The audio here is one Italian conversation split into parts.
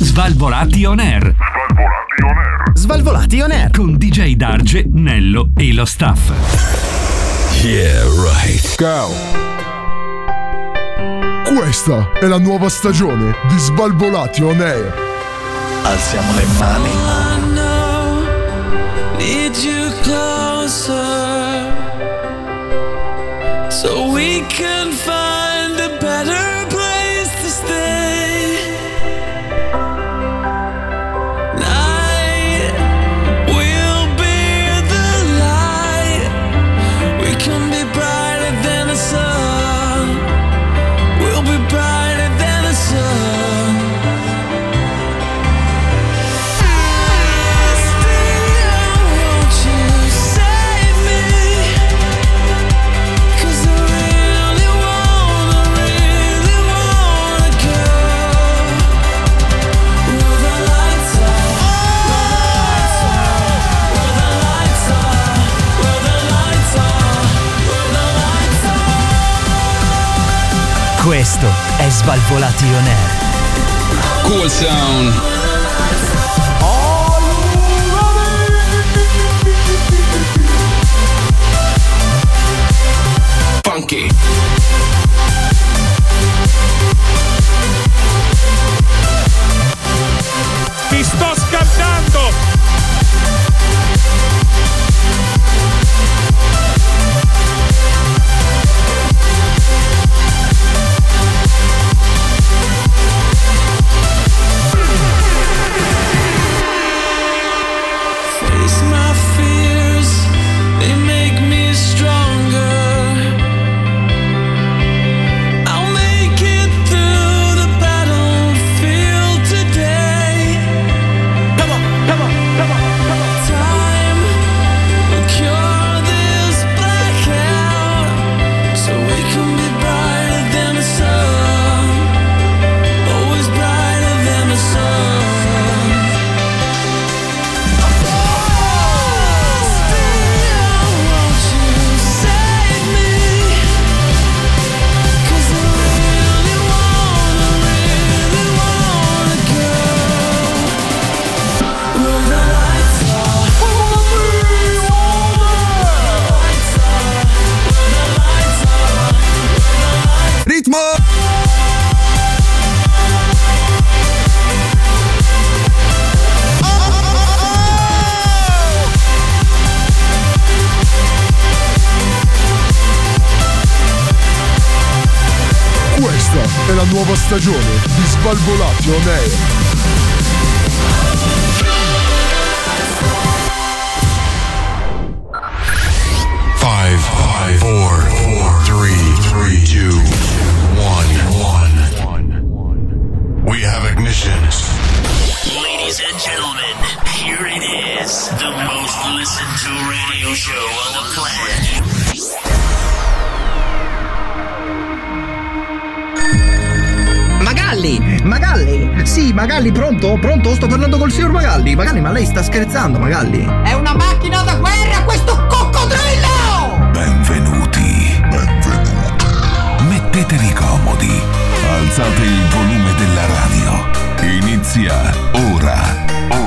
Svalvolati On Air. Svalvolati on air. Svalvolati On Air. Con DJ Darge, Nello e lo staff. Yeah, right. Go. Questa è la nuova stagione di Svalvolati On Air. Alziamo le mani. Need you closer so we can find a better place to stay. Night will be the light. We can be brighter than the sun. We'll be brighter than the sun. Still, won't you save me? Cause I really wanna, really wanna go Where the lights are, where the lights are, where the lights are, where the lights are, where the lights are Questo è Svalvolati On Air. Cool sound. Funky. Ti sto scaldando! Face my fears, they make me stronger. I'll make it through the battlefield today. Come on, come on, come on, come on. Time will cure this blackout, so we can be brighter than the sun. Always brighter than the sun. Ritmo! Questa è la nuova stagione di Svalvolati On Air. Five, five, four, four, three, three, two, one, one. We have ignition. Ladies and gentlemen, here it is, the most listened to radio show on the planet. Magalli, Magalli, sì, Magalli, pronto? Pronto? Sto parlando col signor Magalli. Magalli, ma lei sta scherzando, Magalli? È una macchina da guerra questo coccodrillo! Benvenuti. Mettetevi comodi. Alzate il volume della radio. Inizia ora.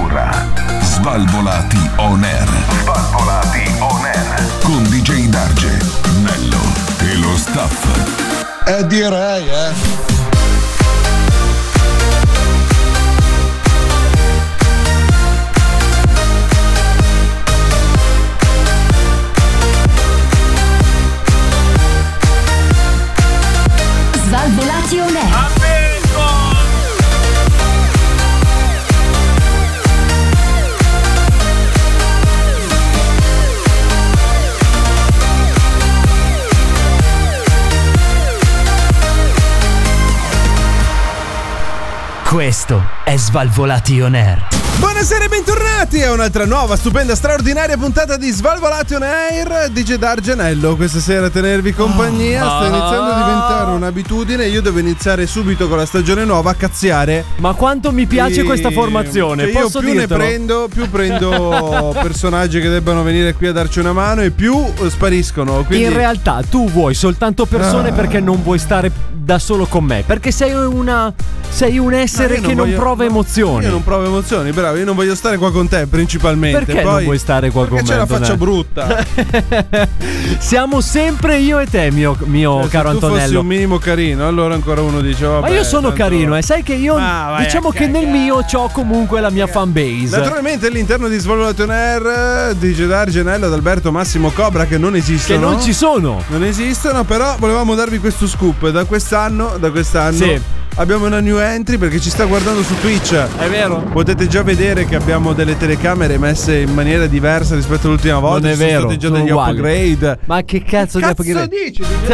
Ora. Svalvolati on air. Svalvolati on air. Con DJ Darge, Nello e lo staff. Eh direi, eh. Svalvolati on air. Questo è Svalvolati On Air. Buonasera e bentornati a un'altra nuova, stupenda, straordinaria puntata di Svalvolati on Air di Gedar Gianello. Questa sera a tenervi compagnia Ah. sta iniziando a diventare un'abitudine. Io devo iniziare subito con la stagione nuova a cazziare. Ma quanto mi piace Sì, questa formazione, che io posso più dirtelo? ne prendo, più prendo personaggi che debbano venire qui a darci una mano e più eh, spariscono. Quindi... In realtà tu vuoi soltanto persone Ah. perché non vuoi stare da solo con me, perché sei una sei un essere No, io che non voglio- prova no, emozioni. Io non provo emozioni, bravo. Io non voglio stare qua con te principalmente. Perché Poi- non vuoi stare qua perché con c'è me? la faccia Antonello? brutta. Siamo sempre io e te, mio, mio Eh, Cioè, Se Oh, caro tu fossi Antonello. un minimo carino, allora ancora uno "Oh, diceva. Ma io sono carino, eh, sai che io vai diciamo a che nel mio ho comunque la mia fan base. Naturalmente all'interno di Svalvolato on Air eh, di Gedar Genello ad Alberto Massimo Cobra che non esistono. Che non ci sono. Non esistono, però volevamo darvi questo scoop. Da quest'anno, da quest'anno Sì. abbiamo una new entry perché ci sta guardando su Twitch. È vero. Potete già vedere che abbiamo delle telecamere messe in maniera diversa rispetto all'ultima volta. non è Ci sono vero. stati già sono degli uguali. upgrade. Ma che Cioè, cazzo, Cazzo di upgrade? dici? Dici,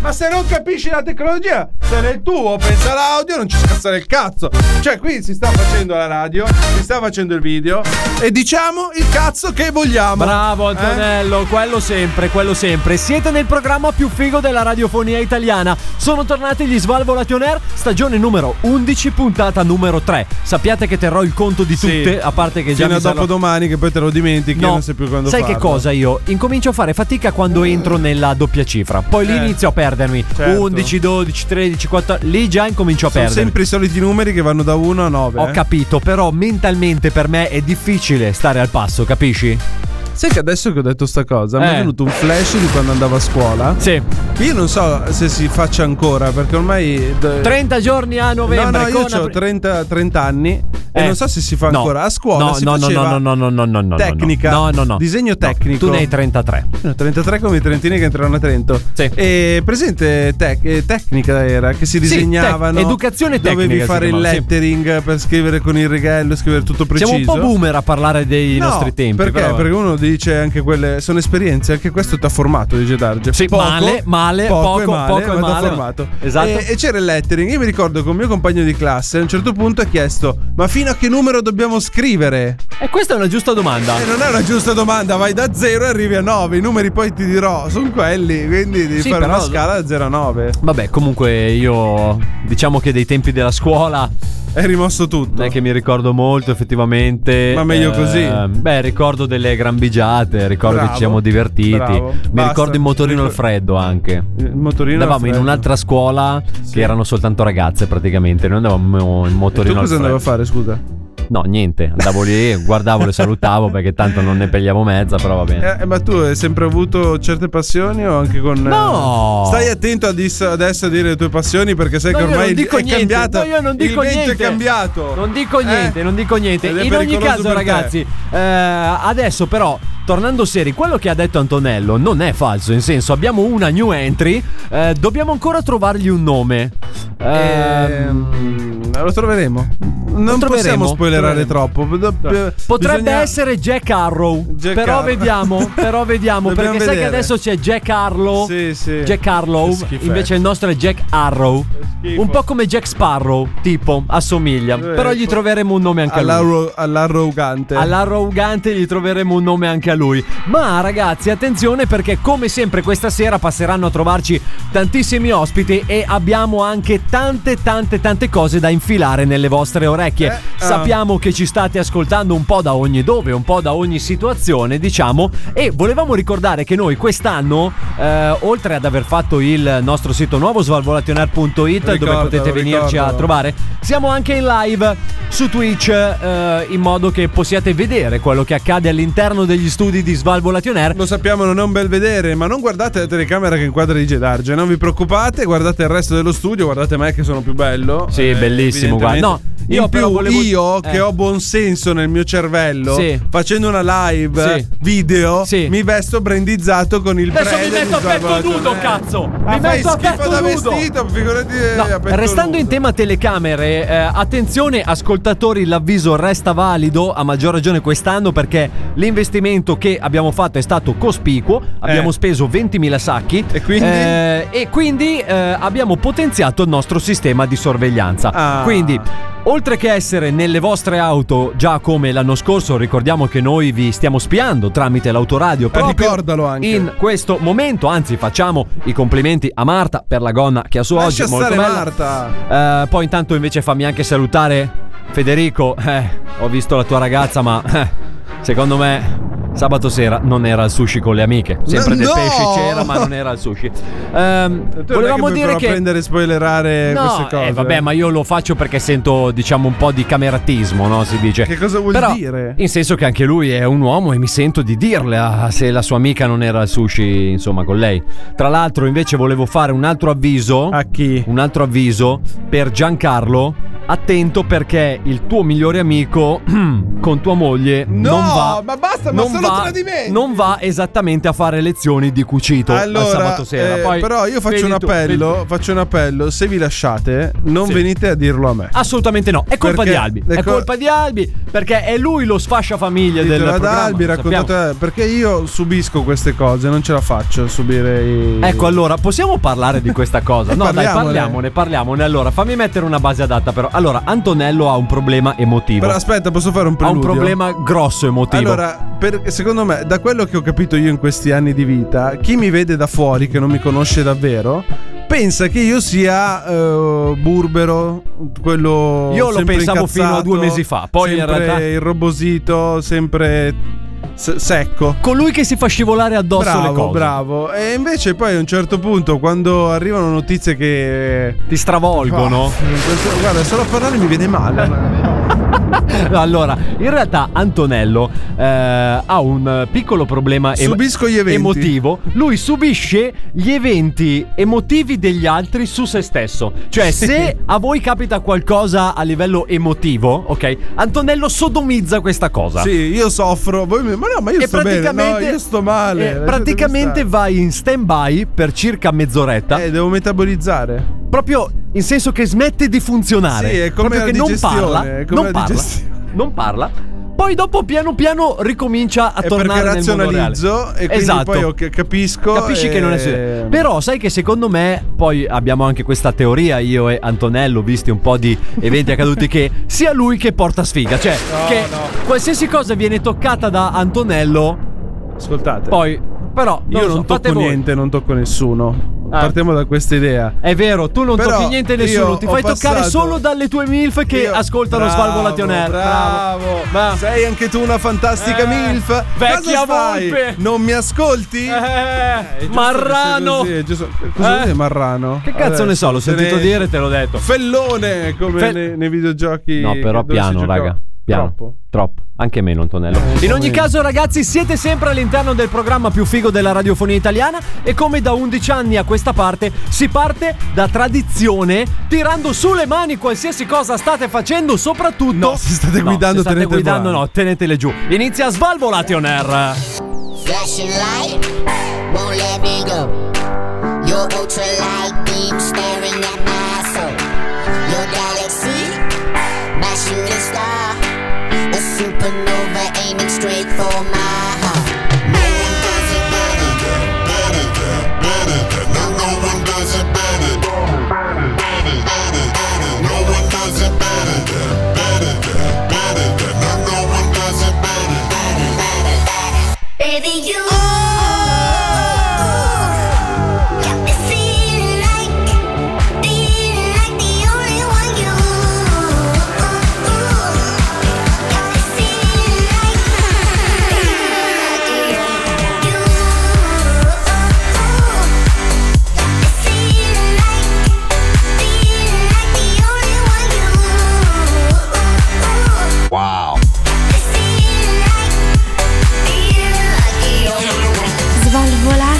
Ma se non capisci la tecnologia, se nel tuo pensa all'audio, non ci scassare il cazzo. Cioè, qui si sta facendo la radio, si sta facendo il video e diciamo il cazzo che vogliamo. Bravo Eh? Antonello, quello sempre, quello sempre. Siete nel programma più figo della radiofonia italiana. Sono tornati gli Svalvolati On Air, stagione numero 11, puntata numero 3. Sappiate che terrò il conto di tutte, a parte che già Fino mi a sarò- dopo domani che poi te lo dimentichi e non sai più quando sai farlo. che cosa io? Incomincio a fare fatica quando entro nella doppia cifra. Poi lì Eh. inizio a perdermi. Certo. 11, 12, 13, 14. Lì già incomincio a Sono perdermi. sempre i soliti numeri che vanno da 1 a eh. 9. Ho capito, però mentalmente per me è difficile stare al passo, capisci? Sai che adesso che ho detto sta cosa, mi Eh. è venuto un flash di quando andavo a scuola. Sì. Io non so se si faccia ancora, perché ormai. 30 giorni a novembre. No, no, io con ho apri- 30, 30 anni e Eh, non so se si fa no. ancora. A scuola No, si no, no, faceva no, no, no, no, no, no, tecnica, no, no, no. disegno tecnico. tu ne hai 33. No, 33 come i trentini che entrano a Trento. Sì. E presente tec- eh, tecnica era che si Sì, disegnavano. tec- educazione Dovevi tecnica si fare il chiamava, sì. lettering per scrivere con il righello, scrivere tutto preciso. Siamo un po' boomer a parlare dei No, nostri tempi. Perché? però- eh. Perché uno dice anche quelle. Sono esperienze, anche questo ti ha formato, dice Darge. Sì, male, male, poco, e poco, male, poco e ma t'ha male. formato. Esatto. E, e c'era il lettering. Io mi ricordo che un mio compagno di classe a un certo punto ha chiesto: Ma fino a che numero dobbiamo scrivere? E questa è una giusta domanda. E non è una giusta domanda, vai da 0 e arrivi a 9. I numeri poi ti dirò, sono quelli. Quindi devi Sì, fare però- una scala da 0 a 9. Vabbè, comunque io diciamo che dei tempi della scuola È rimosso tutto. non è che mi ricordo molto effettivamente. eh, Ma meglio così. Beh, ricordo delle grambigiate, ricordo Bravo, che ci siamo divertiti. bravo. Mi Basta. ricordo il motorino al Ricor- freddo anche. Il motorino. Andavamo in freddo. un'altra scuola che erano soltanto ragazze praticamente, noi andavamo in E tu motorino al cosa andavi freddo. a fare, scusa? No, niente, andavo lì, guardavo, le salutavo perché tanto non ne pegliavo mezza, però va bene. Eh, ma tu hai sempre avuto certe passioni o anche con... eh, No! Stai attento a dis- adesso a dire le tue passioni perché sai No, che io ormai non dico è niente, cambiata. no, io non dico il vento niente. è cambiato. Eh? Non dico niente, non dico niente. Ed è In ogni pericoloso caso, per te. ragazzi, eh, adesso però, tornando seri, quello che ha detto Antonello non è falso. In senso, abbiamo una new entry, eh, dobbiamo ancora trovargli un nome. Ehm, lo troveremo. Non troveremo, possiamo spoilerare troveremo. Cioè, troppo. Do- eh, Potrebbe bisogna- essere Jack Harrow. Jack però Harrow. vediamo, però vediamo. perché Dobbiamo sai che vedere. adesso c'è Jack Harlow. Sì, sì. Jack Harlow. Che schifezza. Invece il nostro è Jack Harrow. schifo. ecco. Un po' come Jack Sparrow, tipo, assomiglia. però gli po- troveremo un nome anche a lui. All'arro- all'arrogante. All'arrogante gli troveremo un nome anche a lui. Ma ragazzi, attenzione perché come sempre questa sera passeranno a trovarci tantissimi ospiti e abbiamo anche tante tante tante cose da infilare nelle vostre orecchie. Eh, ah. Sappiamo che ci state ascoltando un po' da ogni dove, un po' da ogni situazione, diciamo, e volevamo ricordare che noi quest'anno eh, oltre ad aver fatto il nostro sito nuovo svalvolationer.it dove Ricordalo, potete venirci a ricordalo. trovare trovare. Siamo anche in live su Twitch eh, in modo che possiate vedere quello che accade all'interno degli studi di Svalvolation Air. Lo sappiamo, non è un bel vedere, ma non guardate la telecamera che inquadra di Gedarge. Non vi preoccupate, guardate il resto dello studio, guardate me che sono più bello. Eh, Sì, bellissimo, evidentemente. guarda. No, io In più, però volevo- io eh. che ho buon senso nel mio cervello, Sì. facendo una live Sì. video, Sì. mi vesto brandizzato con il Adesso mi brand metto a di petto Svalvolation nudo, Air. cazzo! Ah, Mi fai metto a schifo petto da nudo! vestito, figurati eh, No, a petto restando in nudo. tema telecamere, eh, attenzione ascoltatori, l'avviso resta valido a maggior ragione quest'anno perché l'investimento che abbiamo fatto è stato cospicuo, abbiamo speso 20.000 sacchi Eh. E quindi? eh, e quindi, eh, abbiamo potenziato il nostro sistema di sorveglianza. Ah. Quindi oltre che essere nelle vostre auto, già come l'anno scorso, ricordiamo che noi vi stiamo spiando tramite l'autoradio. Proprio Ricordalo anche. In questo momento, anzi, facciamo i complimenti a Marta per la gonna che ha su Lascia oggi. Molto stare bella. Marta. Eh, poi, intanto, invece, fammi anche salutare Federico. Eh, ho visto la tua ragazza, ma eh, secondo me. Sabato sera non era al sushi con le amiche. Sempre No, del no! pesce c'era, ma non era al sushi. Ehm, Tu non è volevamo che puoi dire però che. prendere e spoilerare No, queste cose. eh, vabbè, ma io lo faccio perché sento, diciamo, un po' di cameratismo, no? Si dice. Che cosa vuol Però, dire? In senso che anche lui è un uomo e mi sento di dirle ah, se la sua amica non era al sushi, insomma, con lei. Tra l'altro, invece, volevo fare un altro avviso. A chi? Un altro avviso per Giancarlo. Attento perché il tuo migliore amico con tua moglie No, non va. ma basta, ma non sono va- tradimenti. Non va esattamente a fare lezioni di cucito al Allora, sabato sera. eh, Poi però io faccio vedi un tu, vedi tu. appello, faccio un appello, se vi lasciate, non Sì. Ah, venite a dirlo a me. Assolutamente no, è colpa Perché di Albi. le È co- colpa di Albi perché è lui lo sfascia famiglia del Ditelo ad programma. Albi, lo sappiamo. raccontate perché io subisco queste cose, non ce la faccio a subire i... Ecco, allora, possiamo parlare di questa cosa? No, dai, Parliamone. parliamone, parliamone. Allora, fammi mettere una base adatta però. Allora, Antonello ha un problema emotivo. Però aspetta, posso fare un ha un preludio? problema grosso emotivo. Allora, per- secondo me, da quello che ho capito io in questi anni di vita, chi mi vede da fuori, che non mi conosce davvero, pensa che io sia eh, burbero, quello... Io lo sempre pensavo fino incazzato, a due mesi fa, poi in sempre realtà- irrobosito, sempre se- secco. Colui che si fa scivolare addosso bravo, le cose. Bravo, E invece poi a un certo punto, quando arrivano notizie che... Ti stravolgono. Ah, in questo- guarda, solo a parlare mi viene male. No, allora, in realtà Antonello eh, ha un eh, piccolo problema em- Subisco gli eventi. emotivo. Lui subisce gli eventi emotivi degli altri su se stesso. Cioè, se a voi capita qualcosa a livello emotivo, ok, Antonello sodomizza questa cosa. Sì, io soffro. Voi mi- Ma no, ma io E sto bene. No, praticamente- io sto male. Eh, Lasciatemi praticamente vai in stand by per circa mezz'oretta. stare. Eh, devo metabolizzare. Proprio in senso che smette di funzionare. Sì, è come proprio la che non digestione, parla, è come non la parla, digestione. non parla. Poi dopo piano piano ricomincia a È tornare perché nel mondo reale. razionalizzo e quindi esatto. poi ok, capisco. Capisci che non è successo. Però sai che secondo me, poi abbiamo anche questa teoria, io e Antonello, visti un po' di eventi accaduti, che sia lui che porta sfiga. Cioè, che qualsiasi cosa viene toccata da Antonello, Ascoltate. poi... Però io lo so, non fate tocco voi. niente, non tocco nessuno. Ah. Partiamo da questa idea. È vero, tu non Però tocchi niente a nessuno, io ti fai ho toccare passato- solo dalle tue MILF che Io- ascoltano bravo, Svalvolation Air. Bravo. Ma- Sei anche tu una fantastica Eh, MILF. vecchia Cosa fai? volpe. Non mi ascolti? Eh, Marrano. Marrano! Cosa Eh? vuol dire Marrano? Che cazzo Adesso, ne so, l'ho se sentito ne- dire e te l'ho detto. Fellone come Fe- nei, nei videogiochi. No, però dove piano, si giocava. raga. Piano. Troppo. Eh, Troppo. Anche meno, Antonello. In ogni caso, ragazzi, siete sempre all'interno del programma più figo della radiofonia italiana. E come da 11 anni a questa parte, si parte da tradizione, tirando su le mani qualsiasi cosa state facendo, soprattutto. No, se state guidando, se state tenete in guidando, mano. no, tenetele giù. Inizia Svalvolati on Air. Flashing light won't let me go. Your ultralight beam staring at my soul. Your galaxy, my shooting star, a supernova aiming straight for my heart. No one does it better, better, better. No, no one does it better. No one does it better, better, better. No, no one does it better, better, better. Baby, you got me feeling like, feeling like the only one you got me feeling like, you got me feeling like, feeling like the only one you Wow. feel like the only one. Oh,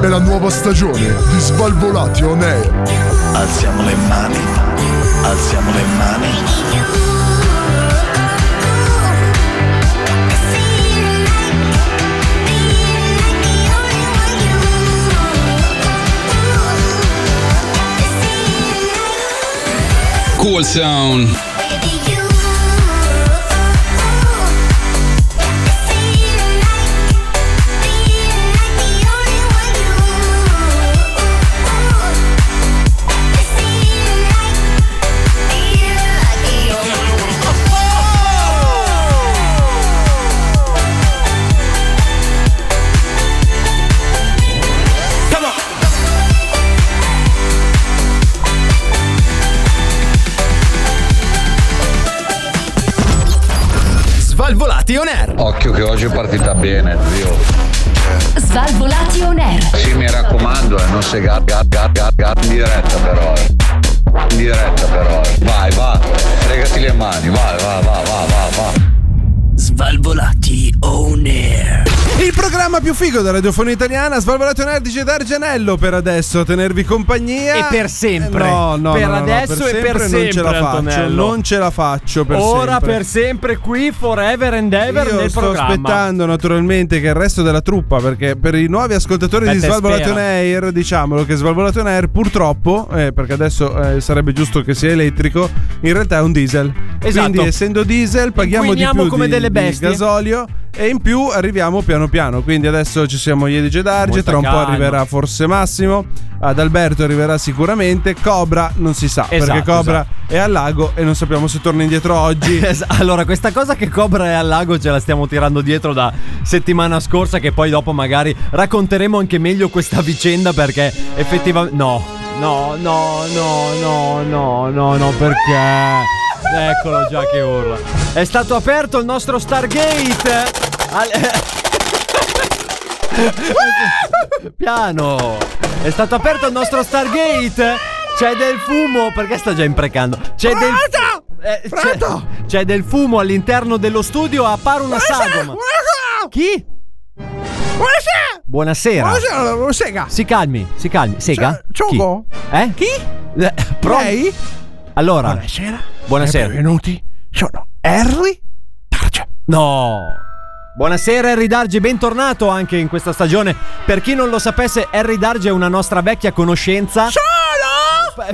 È la nuova stagione di Svalvolati On Air. Alziamo le mani, alziamo le mani. Cool sound. Come on. Svalvolati on air. Oh, Occhio che oggi è partita bene, zio. Svalvolati on air. Sì, mi raccomando, eh, non sei gat, gat, gat, gat, gat, in diretta però. eh. In diretta però. eh. Vai, va. Fregati le mani, vai, va, va, va, va, va. Svalvolati on air. Il programma più figo della radiofonia italiana, Svalvolato Nerd dice Dargenello per adesso a tenervi compagnia. E per sempre. Eh, No, no, Per no, no, adesso e per Non ce la sempre, faccio, Antonello. non ce la faccio per Ora sempre. per sempre qui, forever and ever Io nel sto programma. aspettando naturalmente che il resto della truppa, perché per i nuovi ascoltatori Beh, di te Svalvolato spero. Air, diciamolo che Svalvolato Air purtroppo, eh, perché adesso eh, sarebbe giusto che sia elettrico, in realtà è un diesel. Esatto. Quindi essendo diesel paghiamo di Inquiniamo più come di, delle di bestie. gasolio e in più arriviamo piano piano. Quindi adesso ci siamo Iedi Gedarge, Molto tra un po' calmo. arriverà forse Massimo, ad Alberto arriverà sicuramente, Cobra non si sa, Esatto, perché Cobra è al lago e non sappiamo se torna indietro oggi. Es- Allora, questa cosa che Cobra è al lago ce la stiamo tirando dietro da settimana scorsa, che poi dopo magari racconteremo anche meglio questa vicenda perché effettivamente... No, no, no, no, no, no, no, no, perché... Eccolo già che urla. È stato aperto il nostro Stargate. Al- Piano. È stato aperto il nostro Stargate. C'è del fumo, perché sta già imprecando? C'è del eh, c'è, c'è del fumo all'interno dello studio, appare una sagoma. Chi? Buonasera. Buonasera, Sega. Si calmi, si calmi. Sega? Ciao, Chi? Go. Eh? Chi? Pro- Lei? Allora. Buonasera. Buonasera. Eh Benvenuti. Sono Harry. No. Buonasera Harry Darge, bentornato anche in questa stagione. Per chi non lo sapesse, Harry Darge è una nostra vecchia conoscenza. Sono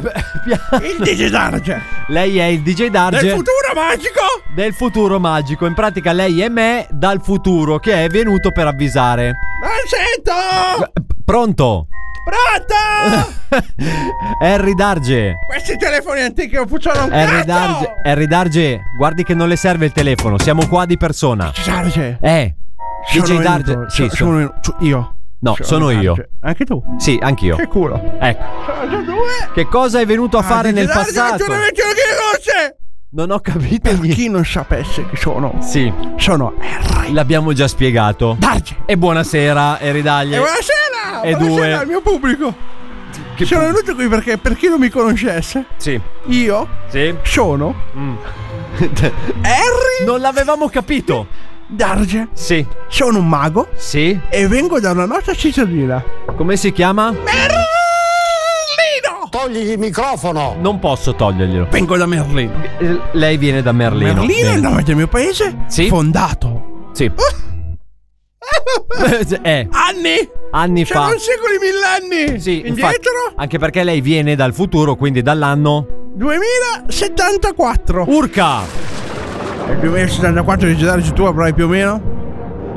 il DJ Darge. Lei è il DJ Darge. Del futuro magico. Del futuro magico. In pratica lei è me dal futuro che è venuto per avvisare. Non sento. Pronto? Pronto? Harry Darge. Questi telefoni antichi non funzionano un Harry cazzo. Darge, Harry Darge, guardi che non le serve il telefono, siamo qua di persona. Darge. Eh. Sono DJ Darge, venuto, sì, so- sono venuto. Io. No, Sono Cioè, sono io. Darge. Cioè, Anche tu? Sì, anch'io. Che culo. Ecco. Che cosa è venuto Ah, a fare nel passato? Non ho capito per chi non sapesse che sono. Sì. Sono L'abbiamo già spiegato. Darge. E buonasera e ridagli. E Eh, buonasera! E buonasera due. al mio pubblico. Che sono pub- venuto qui perché per chi non mi conoscesse, Sì. io Sì. sono Mm. Harry Non l'avevamo capito. Darge. Sì. Sono un mago Sì. e vengo da una nostra cittadina. Come si chiama? Merlino! Togli il microfono. Non posso toglierglielo. Vengo da Merlino. Eh, Lei viene da Merlino. Merlino è il Bene. nome del mio paese, Sì. fondato Sì. eh, anni, anni cioè fa. non secoli, millenni. Sì, infatti, Indietro, anche perché lei viene dal futuro, quindi dall'anno 2074. Urca. Nel 2074 di Gedarge tu avrai più o meno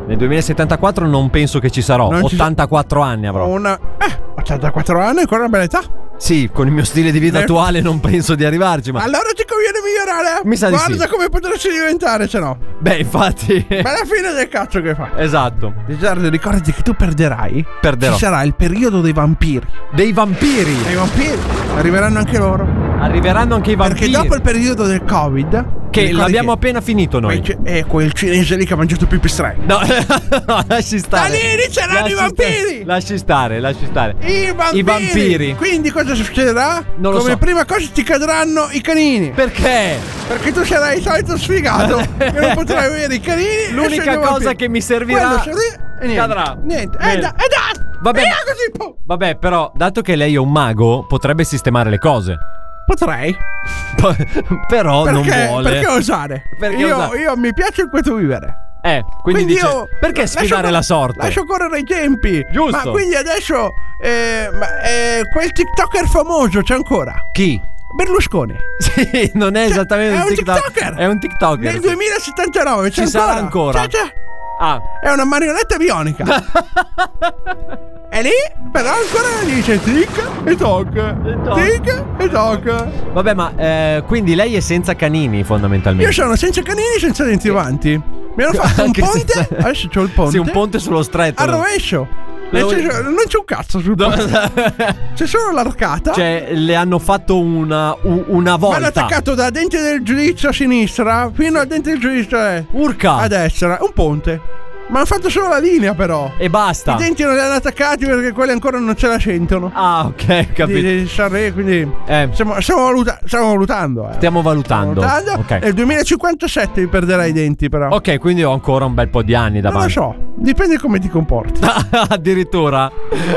Nel 2074 non penso che ci sarò. Non ci sa- 84 anni avrò. una... Eh, 84 anni, ancora una bella età. Sì, con il mio stile di vita Eh. attuale non penso di arrivarci, ma Allora ti conviene migliorare. eh? Mi sa di Guarda sì. Eh. come potresti diventare, se no. beh, infatti Ma alla fine del cazzo che fai. Esatto. Giardo, ricordati che tu perderai. Perderò. Ci sarà il periodo dei vampiri. Dei vampiri. Dei vampiri. Arriveranno anche loro. Arriveranno anche i Perché vampiri. dopo il periodo del Covid. Che ricordati l'abbiamo appena finito noi. che- E quel cinese lì che ha mangiato più pipistrelli. No, no, lasci stare. Da lì inizieranno i Lasci vampiri! stare, Lasci stare, lasci stare. I vampiri. I vampiri. Quindi cosa succederà? Non lo Come so. prima cosa ti cadranno i canini. Perché? Perché tu sarai il solito sfigato Ah, che non potrai avere i canini. e L'unica sono i cosa vampiri. che mi servirà Quello sarà- e niente. cadrà. Eh, Niente. E Bene. da- eh, e da- Vabbè, vabbè, però, dato che lei è un mago, potrebbe sistemare le cose. Potrei. però Oh, non Perché- vuole. Perché osare? Perché io, osare? io mi piace in questo vivere. Eh, quindi, dice, io perché lascio sfidare cor- la sorte? Lascio correre i tempi. Giusto. Ma quindi adesso eh, ma, eh, quel TikToker famoso c'è ancora. Chi? Berlusconi. Sì, non Cioè, è esattamente Cioè, è un TikTok- TikToker. È un TikToker. Nel sì. 2079 c'è Ci sarà ancora. C'è, c'è. Ah. È una marionetta bionica. è lì, però ancora dice tic e toc. Tic e toc. Vabbè, ma eh, quindi lei è senza canini, fondamentalmente. Io sono senza canini e senza denti davanti. Mi hanno fatto un Anche ponte. senza- Adesso c'ho il ponte. Sì, un ponte sullo stretto. Al rovescio. Nel Lo- senso, non c'è un cazzo sul ponte. c'è solo l'arcata. Cioè, le hanno fatto una, u- una Mi volta. hanno attaccato da dente del giudizio a sinistra fino al dente del giudizio eh, Ah. a destra. Un ponte. Ma hanno fatto solo la linea, però. E basta. I denti non li hanno attaccati perché quelli ancora non ce la sentono. Ah, ok, capito. Eh, Di, di Sanremo, quindi. Stiamo, stiamo valuta- stiamo valutando. eh. Stiamo valutando. Tanto, Nel Ok. 2057 mi perderai i denti, però. Ok, quindi ho ancora un bel po' di anni Non lo davanti. so, dipende come ti comporti. addirittura.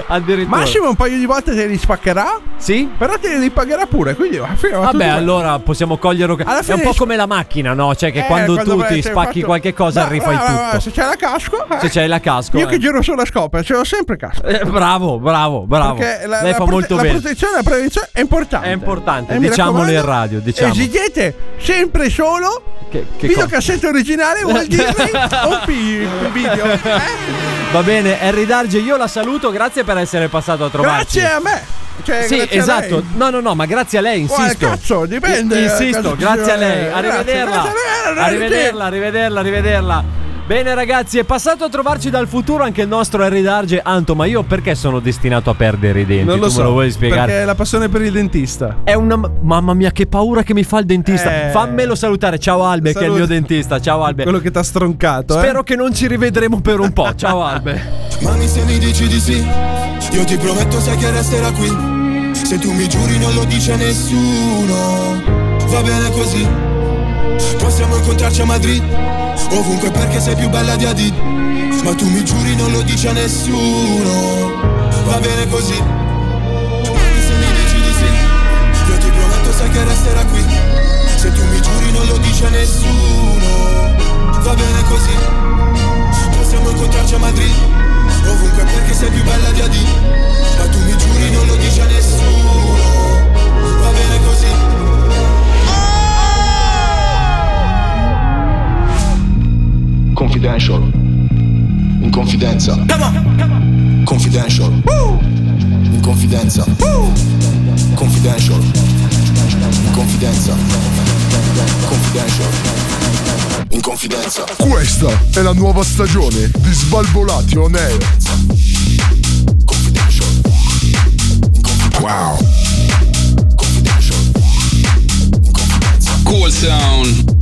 Addirittura. Massimo un paio di volte te li spaccherà. Sì. Però te li pagherà pure. Quindi va fine, va tutto Vabbè, bene. allora possiamo cogliere. Alla È un fine po' ci- come la macchina, no? Cioè, che Eh, quando, tu beh, ti sei spacchi fatto- qualche cosa, Ma- rifai ma- ma- tutto. Se c'è la casco, eh, Se c'è la casco. io eh. che giro sulla scopa, ce l'ho sempre casco. Eh, bravo, bravo, bravo. Perché la, Lei la fa prote- molto la bene. protezione e la prevenzione è importante. È importante, E mi diciamolo in raccomando, radio, diciamo. Esigete sempre e solo Che- che videocassetta originale Walt Disney o P- video. eh? Va bene, Harry Darge, io la saluto, grazie per essere passato a trovarci. Grazie a me. Cioè, sì, grazie a esatto. lei. No, no, no, ma grazie a lei, Oh, eh, insisto. cazzo, dipende, I- eh, cazzo, Insisto, grazie a lei. eh, Arrivederla. grazie, grazie, grazie. Arrivederla, arrivederla, arrivederla. Bene ragazzi, è passato a trovarci dal futuro anche il nostro Harry Darge. Anto, ma io perché sono destinato a perdere i denti? Non lo tu so. me lo vuoi spiegare? Perché è la passione per il dentista. È una. Mamma mia, che paura che mi fa il dentista. Eh. Fammelo salutare. Ciao Albe, che è il Saluta. mio dentista. Ciao Albe. Quello che t'ha stroncato, eh. Spero che non ci rivedremo per un po'. Ciao Albe. Mami se mi dici di sì Io ti prometto sai che resterà qui Se tu mi giuri non lo dice nessuno Va bene così Possiamo incontrarci a Madrid Ovunque perché sei più bella di Adid Ma tu mi giuri non lo dice nessuno Va bene così Mami se mi dici di sì Io ti prometto sai che resterà qui Se tu mi giuri non lo dice nessuno Va bene così Possiamo incontrarci a Madrid Ovunque perché sei più bella di Adi Ma tu mi giuri non lo dice a nessuno Va bene così Confidential In confidenza Confidential In confidenza Confidential In confidenza Confidential In confidenza Questa è la nuova stagione di Svalvolati on Air. Wow. Cool sound.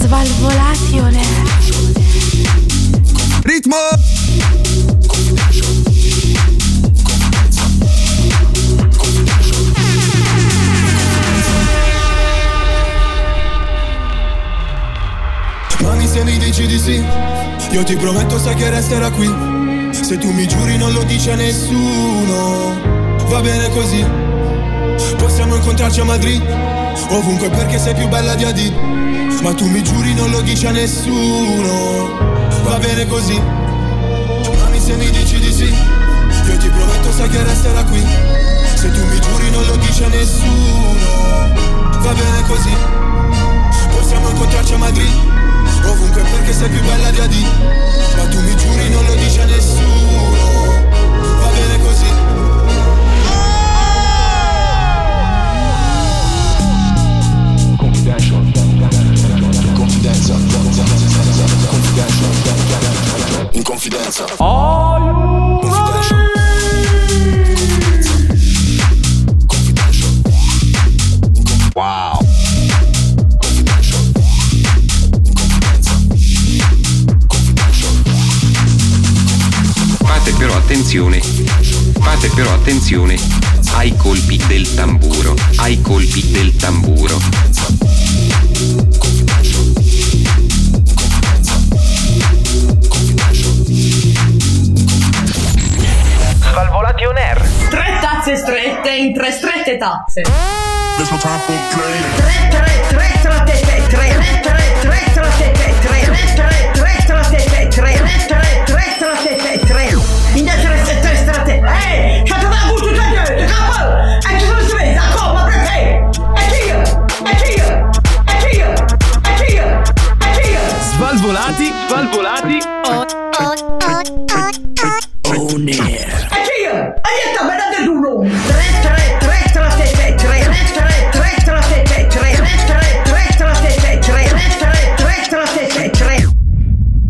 Svalvolazione. Ritmo! Mami se mi dici di sì Io ti prometto sai che resterà qui Se tu mi giuri non lo dice nessuno Va bene così Possiamo incontrarci a Madrid Ovunque perché sei più bella di Adid Ma tu mi giuri non lo dice nessuno Va bene così Mami se mi dici di sì Io ti prometto sai che resterà qui Se tu mi giuri non lo dice nessuno Va bene così Possiamo incontrarci a Madrid Ovunque perché sei più bella di Adi Ma tu mi giuri non lo dice nessuno Va bene così Confidential Confidenza Confidential In confidenza Wow Fate però attenzione, fate però attenzione ai colpi del tamburo, ai colpi del tamburo. Svalvolati On Air. Tre tazze strette in tre strette tazze. There's no time for playing. Tre tre tre tre tre tre tre tre tre tre tre tre tre tre tre tre tre tre tre tre tre tre tre in tre tre tre tre tre Ehi, Capodanno, tutto il tempo, capo! E ci sono spesa, come, perché? E chi io? E chi io? E chi io? E chi io? E chi io? Svalvolati, svalvolati. On air. E chi io? E io sto vedendo il duro. Tre tre tre tre tre tre tre tre tre tre tre tre tre tre tre tre tre tre tre tre tre tre tre tre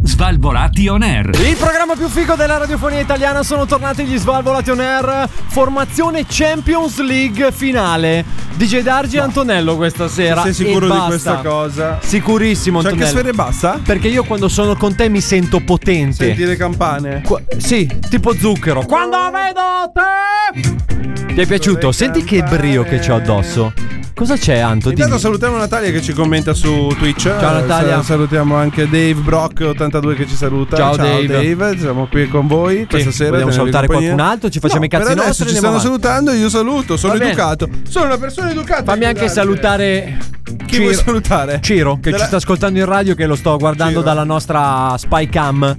Svalvolati on air. Il programma più figo della radiofonia italiana sono tornati gli Svalvolati on Air, formazione Champions League finale. DJ Dargi e Antonello questa sera. Sei sicuro e di basta. questa cosa? Sicurissimo, Cioè, Antonello. che sfere basta? Perché io quando sono con te mi sento potente. Senti le campane. sì, tipo zucchero. Quando vedo te! Ti è piaciuto? Senti che brio che c'ho addosso. Cosa c'è, Anto? Intanto Dimmi. salutiamo Natalia che ci commenta su Twitch. Ciao, Natalia. Sa- Salutiamo anche Dave Brock82 che ci saluta. Ciao, Dave. Siamo qui con voi questa sera. vogliamo tenervi salutare compagnia. qualcun altro? Ci facciamo No, i cazzi per adesso nostri e Ci andiamo stanno salutando, io saluto. Sono Va bene. educato. Sono una persona educata. Fammi anche Guardate. salutare. Chi vuoi salutare? Ciro, che Della- ci sta ascoltando in radio, che lo sto guardando Ciro. dalla nostra spy cam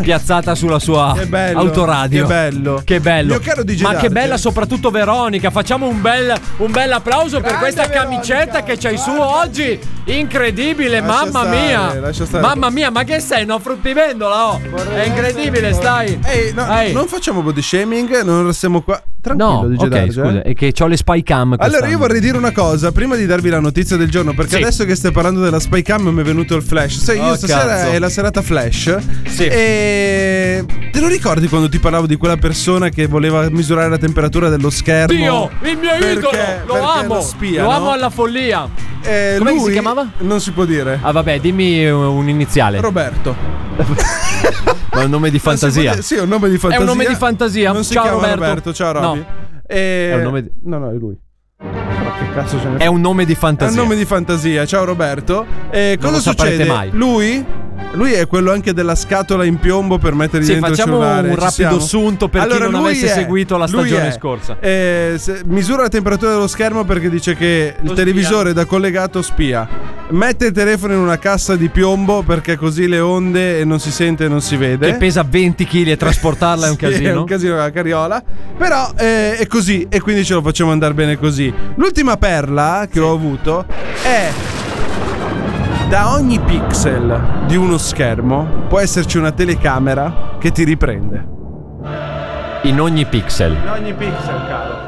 piazzata sulla sua Che bello, autoradio. che bello. Che bello. Mio caro DJ Ma che Darge. bella, soprattutto Veronica. Facciamo un bel, un bel applauso per questa camicetta che c'hai su oggi. Incredibile, Lascia mamma stare, lascia mia. stare. Mamma mia, ma che sei? No, fruttivendola, oh. È incredibile, stai. Ehi, no, Ehi. Non facciamo body shaming, non siamo qua. Tranquillo, No, DJ ok, Darge, eh. scusa, è che ho le spy cam. Allora, quest'anno. io vorrei dire una cosa prima di darvi la notizia del giorno, perché Sì. adesso che stai parlando della spy cam mi è venuto il flash. Sai, io Oh, stasera cazzo. è la serata flash. E te lo ricordi quando ti parlavo di quella persona che voleva misurare la temperatura dello schermo? Dio, il mio Perché- idolo, lo perché amo, lo spia, no? amo alla follia. Eh, Come lui si chiamava? Non si può dire. Ah vabbè, dimmi un- un iniziale. Roberto. Ma è un nome di Non fantasia. si può dire- Ah, Sì, è un nome di fantasia. È un nome di fantasia. Non si Ciao, chiama Roberto. Roberto. Ciao Roby. No. E- È un nome di- No, no, è lui. Ma che cazzo ce ne È un nome di È un fantasia. nome di fantasia, ciao Roberto. E Non cosa lo saprete succede? mai. Lui, lui è quello anche della scatola in piombo per mettergli Sì, dentro il facciamo cellulare. un ci rapido siamo? assunto per chi Allora, non lui avesse è- seguito la lui stagione è, scorsa. eh, se- misura la temperatura dello schermo perché dice che il Lo televisore da collegato spia. Mette il telefono in una cassa di piombo perché così le onde e non si sente e non si vede. Che pesa 20 kg e trasportarla è un Sì, È casino. un casino la carriola. Però eh, è così e quindi ce lo facciamo andare bene così. L'ultima perla che ho avuto è da ogni pixel di uno schermo può esserci una telecamera che ti riprende. In ogni pixel. In ogni pixel, caro.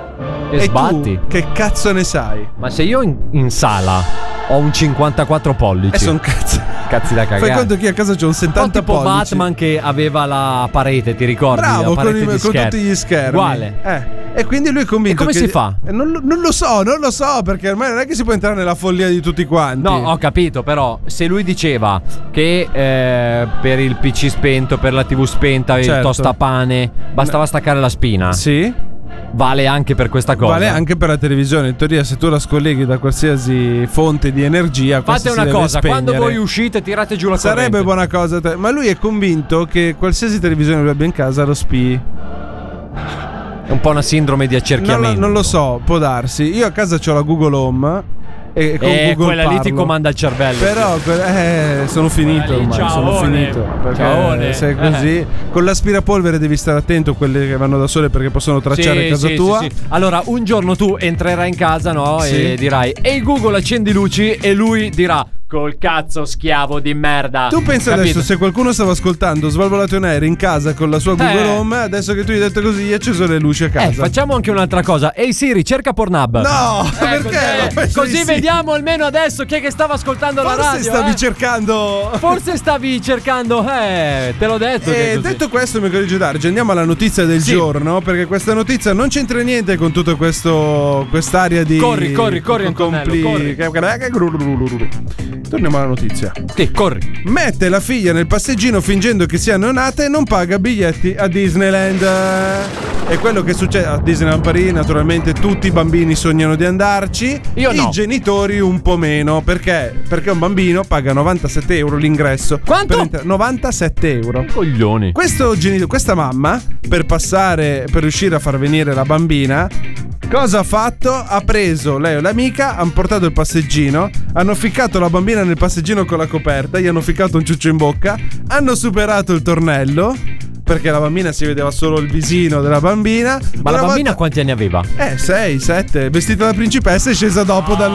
E sbatti. tu che cazzo ne sai? Ma se io in, in sala ho un 54 pollici. E sono cazzo. Cazzi da Eh, Fai cagare. conto che a casa c'ho un Un po' 70 tipo pollici. Batman che aveva la parete, ti ricordi? Bravo, la con, parete i- di con schermi. tutti gli schermi. Uguale. Eh, E quindi lui è convinto. E come che- si fa? Eh, Non, lo- non lo so, non lo so, perché ormai non è che si può entrare nella follia di tutti quanti. No, ho capito, però se lui diceva che eh, per il PC spento, per la TV spenta, il Certo. tostapane, bastava staccare la spina. Sì. Vale anche per questa Ah, cosa. Vale anche per la televisione. In teoria, se tu la scolleghi da qualsiasi fonte di energia, questa Fate si una deve cosa, quando spegnere. voi uscite tirate giù la Sarebbe corrente. buona cosa, te- ma lui è convinto che qualsiasi televisione lui abbia in casa lo spii. È un po' una sindrome di Non, lo- accerchiamento. non lo so, può darsi. Io a casa ho la Google Home e con Google Eh, quella lì ti parlo. comanda il cervello. Però que- eh, sono finito Quella lì, ormai, sono ciaone. finito. Perché Ciaone. Eh. se è così, con l'aspirapolvere devi stare attento a quelle che vanno da sole perché possono tracciare Sì, casa sì, tua. sì, sì. Allora, un giorno tu entrerai in casa, no? Sì. E dirai: Ehi Google, accendi luci. E lui dirà: Col cazzo schiavo di merda. Tu pensa Capito? adesso se qualcuno stava ascoltando Svalvolato on Air in casa con la sua Google Eh. Home, adesso che tu gli hai detto così, gli hai acceso le luci a casa. Eh, facciamo anche un'altra cosa. Ehi Siri, cerca Pornhub. No, perché? Eh, Ho messo di così sì. vediamo almeno adesso chi è che stava ascoltando la Forse radio. stavi eh. cercando. Forse stavi cercando, eh, te l'ho detto. che è E così. detto questo, mio caro Giudarge, andiamo alla notizia del giorno, perché questa notizia non c'entra niente con tutto questo quest'area di Corri, corri, corri, compli- Torniamo alla notizia. Sì, corri. Mette la figlia nel passeggino fingendo che sia nonata e non paga biglietti a Disneyland. E quello che succede a Disneyland Paris, naturalmente tutti i bambini sognano di andarci. Io I no. genitori un po' meno. Perché? Perché un bambino paga 97 euro l'ingresso. Quanto? 97 euro. Coglioni. Questo genito- questa mamma, per passare, per riuscire a far venire la bambina, cosa ha fatto? Ha preso lei o l'amica, hanno portato il passeggino, hanno ficcato la bambina nel passeggino con la coperta, gli hanno ficcato un ciuccio in bocca, hanno superato il tornello. Perché la bambina si vedeva solo il visino della bambina. Ma la Una bambina quanti anni aveva? volta- Eh, 6, 7. Vestita da principessa e scesa dopo dal,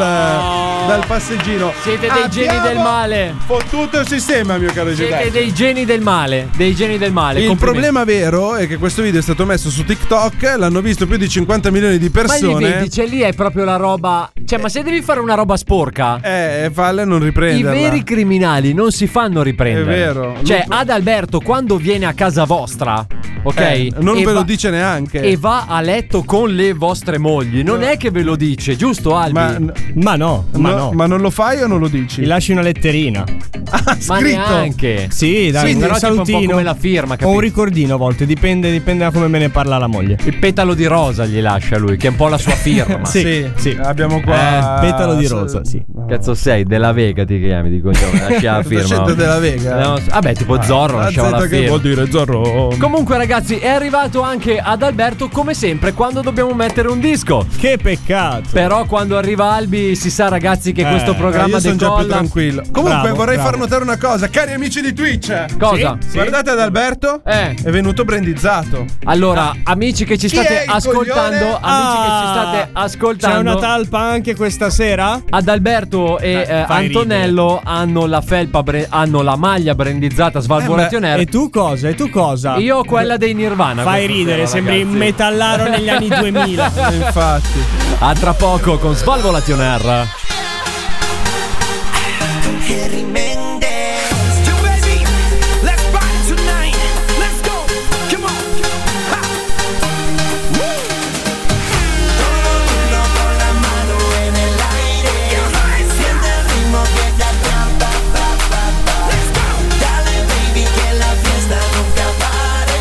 dal passeggino. Siete dei geni del male. Fottuto il sistema, mio caro Siete Giuseppe. dei geni del male. Dei geni del male. Il complimenti. problema vero è che questo video è stato messo su TikTok, l'hanno visto più di 50 milioni di Ma lì persone. eh. vedi, cioè lì è proprio la roba. Cioè, ma se devi fare una roba sporca. Eh, falle non I riprenderla. veri criminali non si fanno riprendere. È vero. Cioè, Lui- ad Alberto, quando viene a casa vostra, ok? Eh, non E ve lo va- dice neanche. E va a letto con le vostre mogli. Non è che ve lo dice, giusto, Albi? Ma- Ma no, ma no. Ma non lo fai o non lo dici? Ti lasci una letterina. Ma scritto. neanche. Sì, dai, Quindi un però tipo un po' salutino. come la firma, o capito? un ricordino a volte, dipende, dipende da come me ne parla la moglie. Il petalo di rosa gli lascia lui, che è un po' la sua firma. Sì, sì, Abbiamo qua. Eh, petalo di rosa, sì. Cazzo sei? Della Vega ti chiami di cognome, lascia la firma. Docente della Vega. No, vabbè, tipo Zorro lasciava la Azzetta che firma. vuol dire Zorro? Comunque ragazzi, è arrivato anche ad Alberto come sempre quando dobbiamo mettere un disco. Che peccato. Però quando arriva Albi si sa ragazzi che Eh, questo programma io sono già decolla. più tranquillo. Comunque Bravo, vorrei bravo. far notare una cosa, cari amici di Twitch. Cosa? Sì, sì. Guardate ad Alberto, è venuto brandizzato. Allora, amici che ci Chi è state il coglione? ascoltando, amici che ci state ascoltando. Ah! C'è una talpa anche questa sera? Adalberto e eh, fai Antonello hanno la felpa, bre- hanno la maglia brandizzata Svalvolation Air. Eh, E tu cosa? E tu cosa? Io ho quella dei Nirvana. Fai questa ridere, sera, sembri ragazzi. un metallaro negli anni 2000. Infatti. A tra poco con Svalvolation Air. Harry Mendez. You ready? Let's rock tonight. Let's go. Come on. Ha. Woo. Todo el mundo con la mano en el aire. Siente el ritmo que te atrapa, pa, pa, pa. Dale, baby, que la fiesta nunca pare.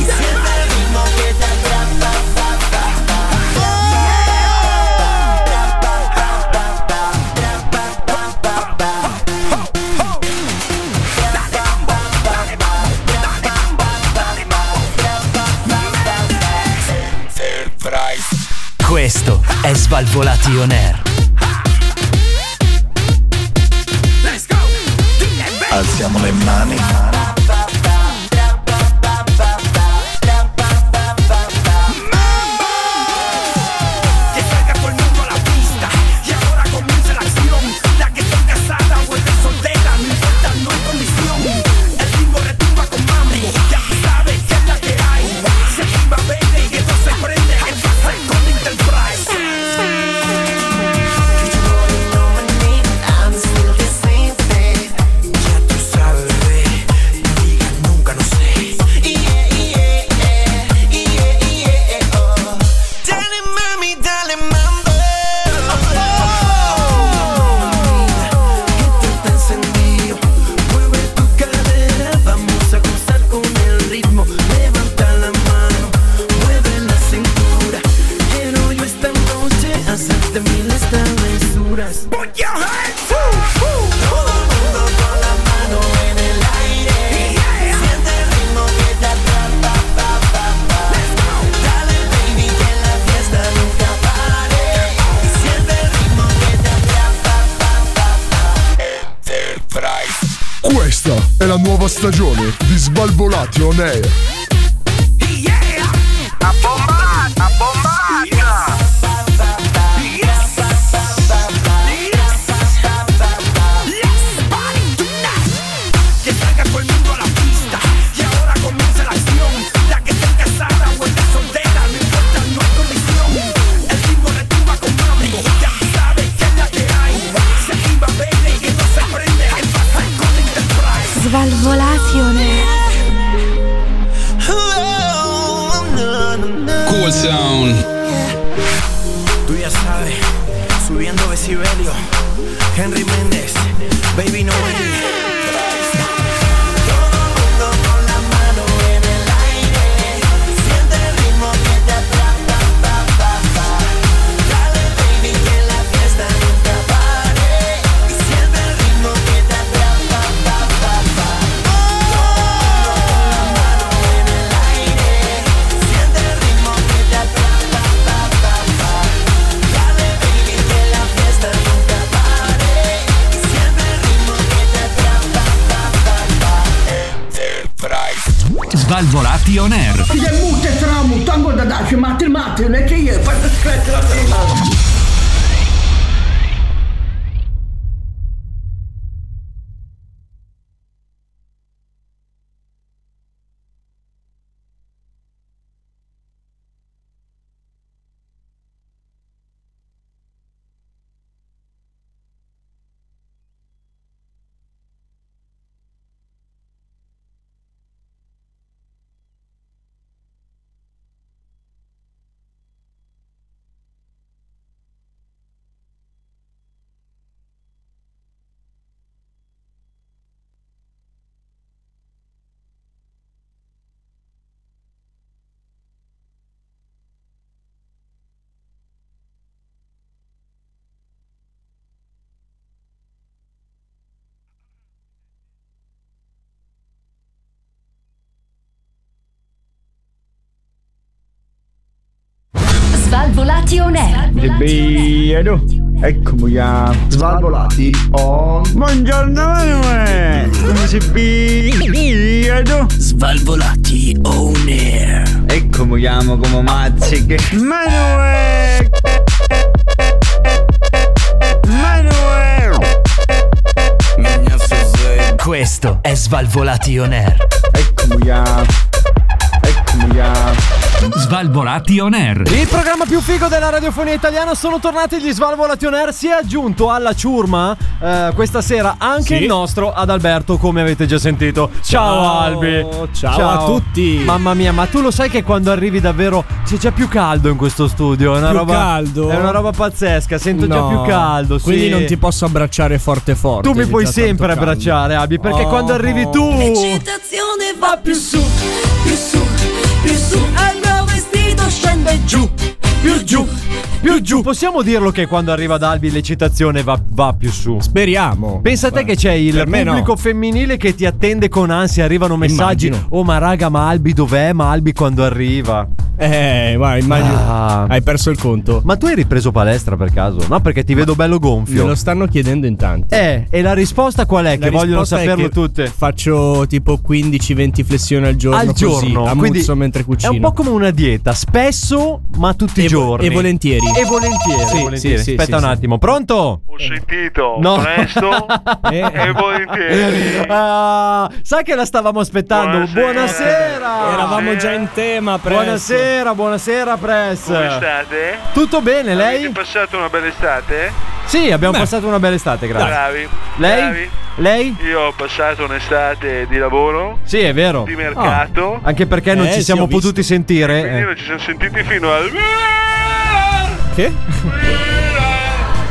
Y siente el ritmo que te atrapa, pa, pa, pa. Questo è Svalvolation Air. Alziamo le mani. Dale mami, dale mambo. Que te encendido. Mueve tu cadera, vamos a cruzar con el ritmo. Levanta la mano, mueve la cintura. Quiero yo esta noche hacerte mil travesuras. Put your hands up. Todo el mundo con la mano en el aire. Siente el ritmo que te atrapa, pa, pa, pa. Dale baby que la fiesta nunca pare. Y siente el ritmo que te atrapa, pa, pa, Questa è la nuova stagione di Svalvolati On Air. A bombata, a bombata. Svalvolation Air. Cool sound. Tú ya sabes, subiendo Decibelio, Henry Méndez, Baby No Baby. Todo el mundo con la mano en el aire, siente el ritmo que Svalvolati On Air. Je moet het raam moet tango dat als je maakt er maakt en je je wat het krijgt dat Svalvolati On Air. Bienvenido. Eccomi a Svalvolati on Buongiorno Manuel Come si bido Svalvolati on air Eccomi amo come mazziche Manuel Manuel Questo è Svalvolati On Air. Eccomi a Eccomi a Svalvolati On Air. Il programma più figo della radiofonia italiana sono tornati gli Svalvolati On Air. Si è aggiunto alla ciurma eh, questa sera anche Sì. il nostro Adalberto, come avete già sentito. Ciao, Ciao, Albi. ciao a tutti. Mamma mia, ma tu lo sai che quando arrivi davvero c'è già più caldo in questo studio. È una Più roba, caldo? È una roba pazzesca. Sento già No, più caldo. sì. Quindi non ti posso abbracciare forte forte. Tu mi c'è puoi già sempre tanto caldo. abbracciare, Albi, perché Oh. quando arrivi tu. L'eccitazione va più su, più su, più su. E il mio vestito scende giù. più giù, più giù. Possiamo dirlo che quando arriva ad Albi l'eccitazione va, va più su. Speriamo. Pensa a te che c'è il per me no. pubblico femminile che ti attende con ansia, arrivano messaggi. Immagino. Oh ma raga, ma Albi dov'è? Ma Albi quando arriva? Eh, guarda, immagino. Ah. Hai perso il conto. Ma tu hai ripreso palestra per caso? No, perché ti vedo bello gonfio. Me lo stanno chiedendo in tanti. Eh, e la risposta qual è? La che vogliono risposta è saperlo che tutte. Faccio tipo 15-20 flessioni al giorno. Al così, giorno, a quindi muzzo mentre cucino. È un po' come una dieta, spesso ma tutti i giorni. e volentieri. E volentieri. Sì, volentieri. sì, sì, Aspetta sì, un sì. attimo, pronto? Ho sentito. No. Presto Eh, Eh, e volentieri. Ah, sai che la stavamo aspettando. Buonasera. Eravamo già in tema, Press. Buonasera, buonasera, Press. Come state? Tutto bene, Avete lei? passato una bella estate? Sì, abbiamo Beh. passato una bella estate, grazie. Bravi. Lei? Bravi. Lei? Io ho passato un'estate di lavoro. Sì, è vero. Di mercato. Ah, anche perché non Eh, ci sì, siamo ho visto. potuti sentire. Quindi eh. non ci siamo sentiti fino al. Che?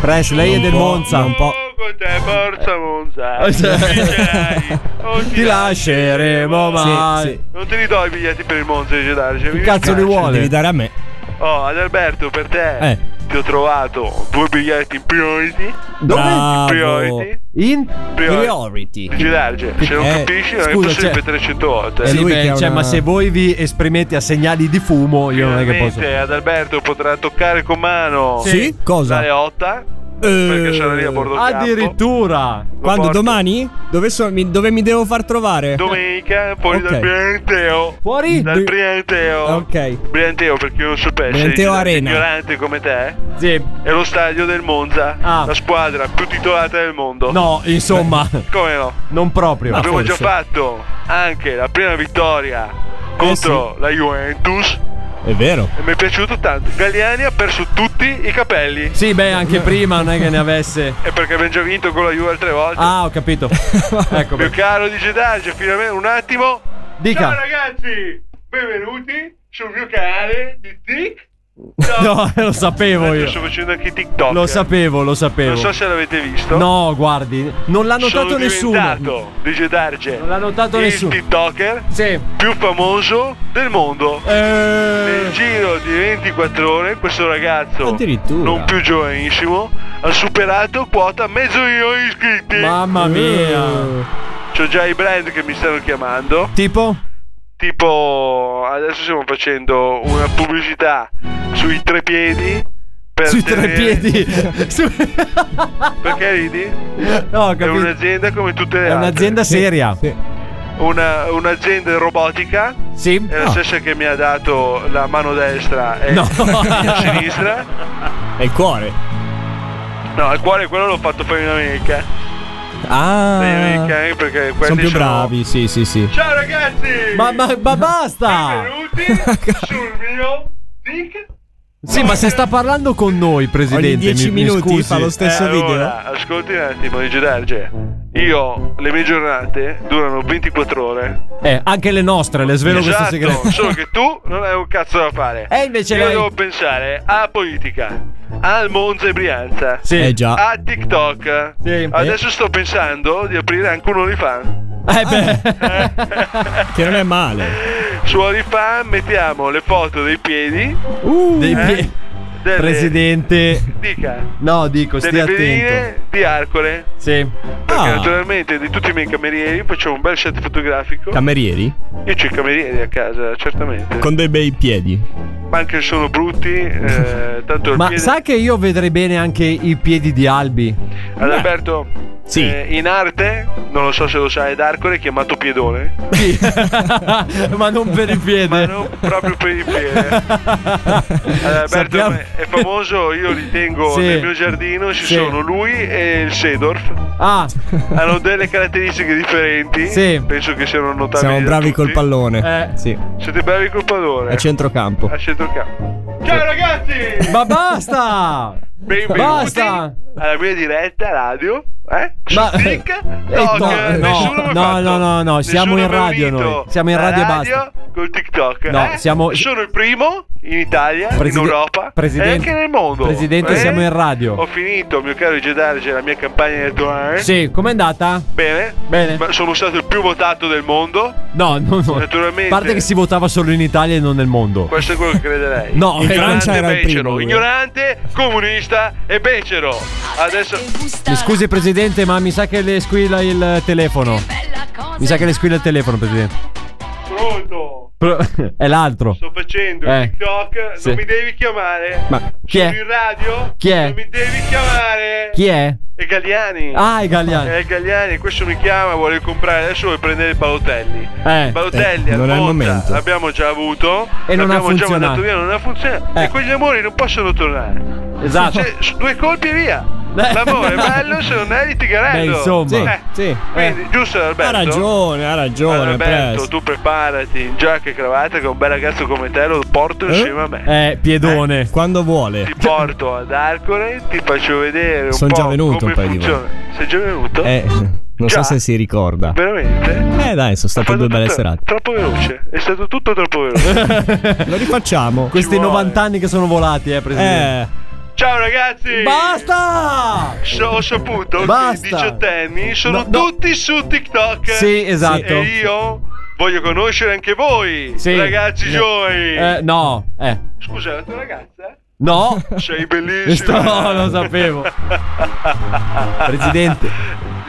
Press, lei è del Monza. Un po'. Con te, forza Monza. Eh, sì. Vincerai. Non Eh, cioè, Ti lasceremo mai. Non te li do i biglietti per il Monza di Gedarge. mi cazzo li dispiace. vuole? Devi dare a me. Oh, Adalberto, per te. Eh. Ti ho trovato due biglietti in priority. In priority. In Priority. Girarge, se non Eh, capisci, non è scusa, possibile cioè- per 300 volte. Eh, sì, beh, cioè, ma se voi vi esprimete a segnali di fumo, io non è che posso. Finalmente ad Alberto potrà toccare con mano Sì? Cosa? la Leotta. eh, Perché sarà lì a bordo campo. Addirittura. Quando porto. domani? Dove, so- mi, dove mi devo far trovare? Domenica, fuori dal Ok. Brianteo. Fuori? Dal Brianteo. Ok. Brianteo, per chi non lo sapesse. Brianteo è Arena. Ignorante come te. È lo stadio del Monza. La squadra più titolata del mondo. Ah. No, insomma. Come no? Non proprio. Abbiamo già fatto anche la prima vittoria Eh contro la Juventus. È vero. E mi è piaciuto tanto. Galliani ha perso tutti i capelli. Sì, beh, anche prima non è che ne avesse. È perché abbiamo già vinto con la Juve altre volte. Ah, ho capito. ecco. Mio caro dice Darge, finalmente un attimo. Dica. Ciao ragazzi, benvenuti sul mio canale di Tic. No, lo sapevo io. Sto facendo anche i TikTok. eh. Lo sapevo, lo sapevo. Non so se l'avete visto. No, guardi, non l'ha notato Sono nessuno. diventato, Dice Darge. Non l'ha notato il nessuno. TikToker più famoso del Eh. mondo. Nel giro di 24 ore questo ragazzo, Addirittura. non più giovanissimo, ha superato quota mezzo milione di iscritti. Eh. Mamma mia. C'ho già i brand che mi stanno chiamando. Tipo? Tipo, adesso stiamo facendo una pubblicità sui tre piedi. per Sui tre tenere- piedi. Su- Perché ridi? No, ho È capito. un'azienda come tutte le È altre. un'azienda seria. una- un'azienda robotica. Sì. È la Ah. stessa che mi ha dato la mano destra e No. la mano sinistra. È il cuore. No, il cuore quello l'ho fatto per in America. Ah. Per in America eh, perché Sono quelli più bravi, sì, sì, sì. Ciao ragazzi! Ma, ma- ma basta! Benvenuti sul mio Dick. Sì, ma se sta parlando con noi, presidente, mi, mi scusi. Eh, allora, ascolti un attimo, Dice Darge. Io, le mie giornate durano 24 ore. Eh, anche le nostre, le svelo esatto, questo segreto. solo che tu non hai un cazzo da fare. E invece Io lei- devo pensare a politica, al Monza e Brianza, Sì. Eh, già. a TikTok. Adesso sto pensando di aprire anche un OnlyFans. Che non è male. Su OnlyFans mettiamo le foto dei piedi. Uh, Dei eh, pie- delle- Presidente. Dica. No, dico, stia delle attento. pedine di Arcole. Sì. Perché Ah. naturalmente di tutti i miei camerieri facciamo un bel set fotografico. Camerieri? Io c'ho i camerieri a casa, certamente. Con dei bei piedi. Ma anche se sono brutti, eh, tanto il Ma piede... sa che io vedrei bene anche i piedi di Albi? Adalberto, eh, in arte, non lo so se lo sai, d'Arcole è chiamato piedone. ma non per il piede. Ma non proprio per il piede. Adalberto Sappiamo- è famoso, io ritengo, Sì. nel mio giardino ci Sì. sono lui e il Sedorf. Ah. Hanno delle caratteristiche differenti. Sì. Penso che siano notabili. Siamo da bravi tutti. Eh. col Eh. pallone. Sì. Siete bravi col pallone. A centrocampo. A centrocampo. Ciao ragazzi! Ecco. Ma basta! Benvenuti Basta! alla mia diretta radio. Eh? Su Ma- Stick? Eh, No, no, che no, nessuno mi ha no, fatto. no, no, no, Nessuno siamo in mi ha radio unito noi. Siamo in la radio e basta. Col TikTok. No, eh? siamo- Sono il primo in Italia, Preside- in Europa Presidente- e anche nel mondo. Presidente, eh? siamo in radio. Ho finito, mio caro Gedarge, la mia campagna elettorale. Sì, com'è andata? Bene. Bene. Ma sono stato il più votato del mondo. No, no, no. Naturalmente. A parte che si votava solo in Italia e non nel mondo. Questo è quello che crede lei. No, in ignorante Francia era il becero, primo, lui. ignorante, comunista e becero. Adesso Mi scusi presidente, ma mi sa che le squilla il telefono. Mi sa che le squilla il telefono, presidente. pronto. Pro- È l'altro. Sto facendo Eh, il TikTok, sì. non mi devi chiamare. Ma chi Sono è? in radio. Chi è? Non mi devi chiamare. Chi è? È Gagliani. Ah, è Galliani. È Gagliani, questo mi chiama, vuole comprare, adesso vuole prendere Balotelli. Eh, Balotelli eh, al non è il Monza momento. l'abbiamo già avuto. E non ha l'abbiamo già funzionato. mandato via, non ha funzionato. Eh. E quegli amori non possono tornare. Esatto. Cioè, su due colpi e via. Eh. L'amore è bello se non è litigarello. Beh, insomma. Sì, Eh, sì. Quindi, giusto Alberto? Ha ragione, ha ragione, Alberto, presto. tu preparati in giacca e cravatta che un bel ragazzo come te lo porto insieme a me. Eh, piedone. Quando vuole. Ti porto ad Arcore, ti faccio vedere un Sono po' già venuto come un paio di funziona. Sei già venuto? Eh, non Già? so se si ricorda. Veramente? Eh dai, sono state due belle Tro- serate. Troppo veloce, è stato tutto troppo veloce. Lo rifacciamo. Questi 90 anni che sono volati, eh, presidente. Ciao ragazzi! Basta! So- ho saputo Basta! che i diciottenni sono No, no. tutti su TikTok. Sì, esatto. E io voglio conoscere anche voi, Sì. ragazzi No. giovani. Eh, no, eh. Scusa, la tua ragazza? No. Sei bellissimo. No, lo sapevo. Presidente.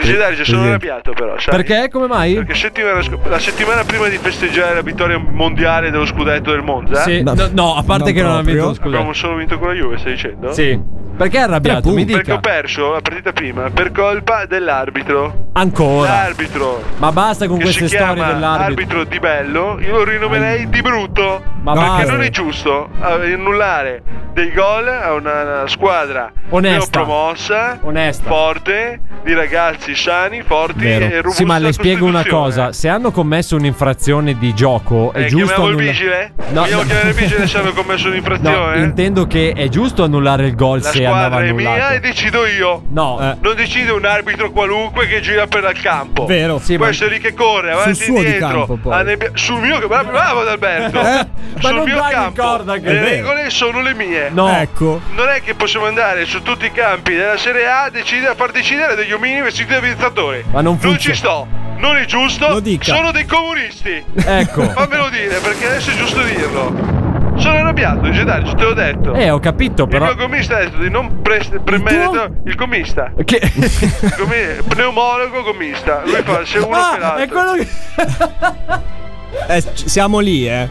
Dice Dario, sono Presidente. arrabbiato però, sai? Perché? Come mai? Perché settimana sc- la settimana prima di festeggiare la vittoria mondiale dello scudetto del Monza, Sì, no, no, a parte che non ha vinto lo abbiamo scudetto. solo vinto con la Juve, stai dicendo? Sì. Perché è arrabbiato? Mi Perché ho dica. perso la partita prima per colpa dell'arbitro. Ancora. L'arbitro Ma basta con che queste si storie chiama dell'arbitro. arbitro di bello, io lo rinomerei di brutto. Ma perché basta. non è giusto eh, annullare dei gol a una, una squadra Onesta. neopromossa, Onesta. forte, di ragazzi sani, forti e robusti. Sì, ma le alla spiego una Costituzione. cosa: se hanno commesso un'infrazione di gioco, è Eh, giusto. chiamiamo il annulla- vigile? No, Vogliamo no. chiamare il vigile se hanno commesso No, un'infrazione? intendo che è giusto annullare il gol eh. La se andava squadra è annullato. mia eh, e decido io. Eh. No, eh. Non decide un arbitro qualunque che gira per il campo. Vero. Sì, ma- Questo è lì che corre, avanti Sul e suo di indietro. campo, poi. annebbia- sul mio bravo, bravo Adalberto. Eh, sul ma non mio dai in campo. corda che- È le vero. regole sono le mie. No. Ecco. Non è che possiamo andare su tutti i campi della Serie A a decidere- a far decidere degli omini vestiti da viaggiatori. Ma non funziona. ci sto. Non è giusto. Sono dei comunisti. Ecco. Fammelo dire perché adesso è giusto dirlo. Sono arrabbiato, Gedari, te l'ho detto. oh, Eh, ho capito, però. Il mio commista ha detto di non prest- premere il commista. Che- Il commi- pneumologo commista. Lui fa se uno Ah, che l'altro. è quello che. Eh, c- siamo lì, eh.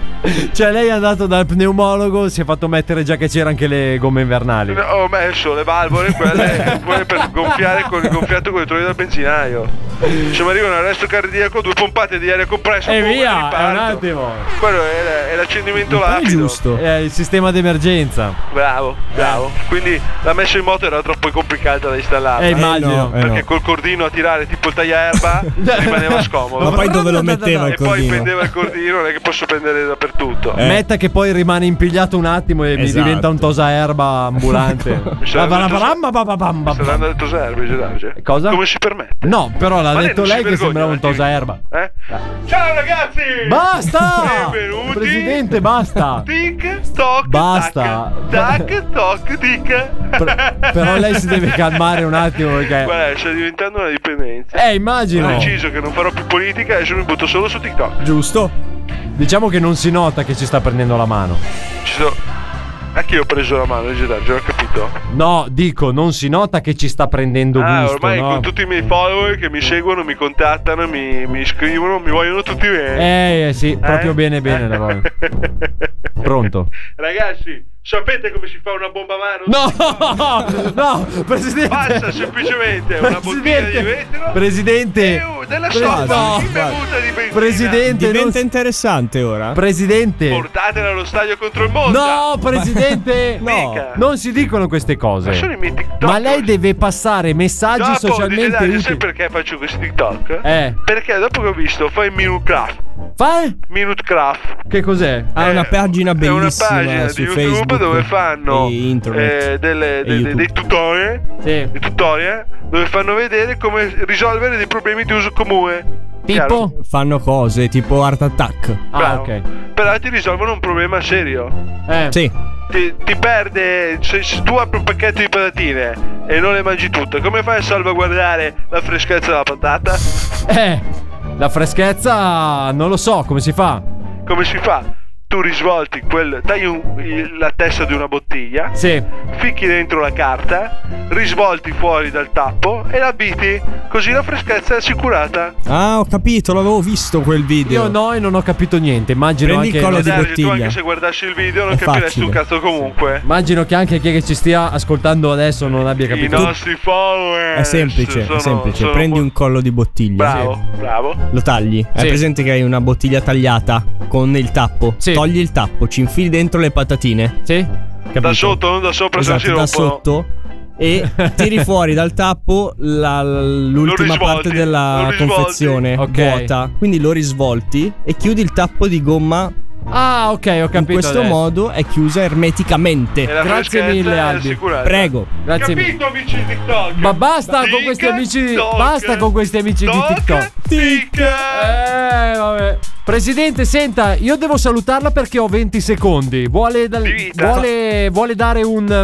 Cioè, lei è andato dal pneumologo, si è fatto mettere già che c'erano anche le gomme invernali. Ho messo le valvole, quelle, quelle per gonfiare con il gonfiato con i trovi dal benzinaio. Cioè, mi arriva un arresto cardiaco, due pompate di aria compresso E boom, via, riparto. è un attimo. Quello è, è l'accendimento È lapido. È il sistema d'emergenza. Bravo, bravo. Quindi la messa in moto era troppo complicata da installare. Eh, immagino. Eh, no. Perché col cordino a tirare tipo il tagliaerba rimaneva scomodo. Ma poi dove lo metteva il E poi cordino? pendeva il cordino, non è che posso prendere dappertutto. Metta che poi rimane impigliato un attimo e mi Eh. Esatto. diventa un tosaerba ambulante. Mi sarebbe Ba- ba- ba- detto- ba- ba- ba- ba- ba- Sta dando detto Serbi, Gerardo. Eh, Cosa? Come si permette? No, però l'ha Ma lei detto non si lei che vergogna, sembrava un Martini? tosaerba. Eh? Ciao ragazzi! Basta! Benvenuti! Presidente, basta! Tic toc Basta. tac, tac toc tic. Però lei si deve calmare un attimo perché. Guarda, sta diventando una dipendenza. Eh, immagino. Ho deciso che non farò più politica e adesso mi butto solo su TikTok. Giusto? Diciamo che non si nota che ci sta prendendo la mano. Ci sono. A chi ho preso la mano, Gerardo? Ho capito. No, dico, non si nota che ci sta prendendo Ah, gusto. ormai no? con tutti i miei follower che mi seguono, mi contattano, mi, mi scrivono, mi vogliono tutti bene. Eh, eh, sì, proprio bene, bene la voglio. Pronto? Ragazzi, sapete come si fa una bomba a mano? No, no, presidente. Passa semplicemente una bottiglia di vetro. Presidente, e, uh, della Presidente. sorta No, di guarda. bevuta di benzina. Presidente, Diventa non- interessante ora. presidente. Portatela allo stadio contro il mondo. No, presidente, no. Mica. Non si dicono queste Ma sono cose. i miei TikTok. Ma lei deve passare messaggi Dopo, dice, socialmente dai, utili. sai perché faccio questi TikTok? Eh. Perché dopo che ho visto fai Minutecraft. Fai? Minutecraft. Che cos'è? Ha una pagina Eh, È una bellissima pagina su di YouTube Facebook dove fanno e internet. eh, delle- dei- YouTube. dei tutorial, dei tutorial dove fanno vedere come risolvere dei problemi di uso comune. Chiaro? Fanno cose tipo Art Attack. Ah, Bravo. Però ti risolvono un problema serio. Eh. Sì. Ti, ti perde. Se, se tu apri un pacchetto di patatine e non le mangi tutte, come fai a salvaguardare la freschezza della patata? Eh, la freschezza Ah, non lo so come si fa. Come si fa? Tu risvolti quel. tagli un- il- la testa di una bottiglia. Sì. Ficchi dentro la carta, risvolti fuori dal tappo e la biti, così la freschezza è assicurata. Ah, ho capito, l'avevo visto quel video. Io no e non ho capito niente, immagino Prendi il anche collo di Dario, tu bottiglia. anche se guardassi il video non È capiresti facile. un cazzo comunque. Immagino che anche chi che ci stia ascoltando adesso non abbia I capito. nostri follower. È semplice, sono- è semplice. sono Prendi un collo di bottiglia. Bravo, bravo. Lo tagli. Hai Sì. presente che hai una bottiglia tagliata con il tappo. Togli il tappo, ci infili dentro le patatine. Sì. Da sotto, non da sopra, se Esatto, non da si rompono. sotto. E tiri fuori dal tappo la- l'ultima risvolti, parte lo della risvolti. confezione Ok. vuota. Quindi lo risvolti e chiudi il tappo di gomma. Ah, ok, ho capito. In questo adesso. modo è chiusa ermeticamente. E la Grazie freschezza mille, è Albi. assicurata. Prego. Grazie mille. Capito, amici di TikTok? Ma basta con Tic, questi amici. toc, Basta con questi amici di toc, TikTok. Tic. Eh, vabbè. Presidente, senta, io devo salutarla perché ho 20 secondi. Vuole, dal- vuole- vuole dare un eh,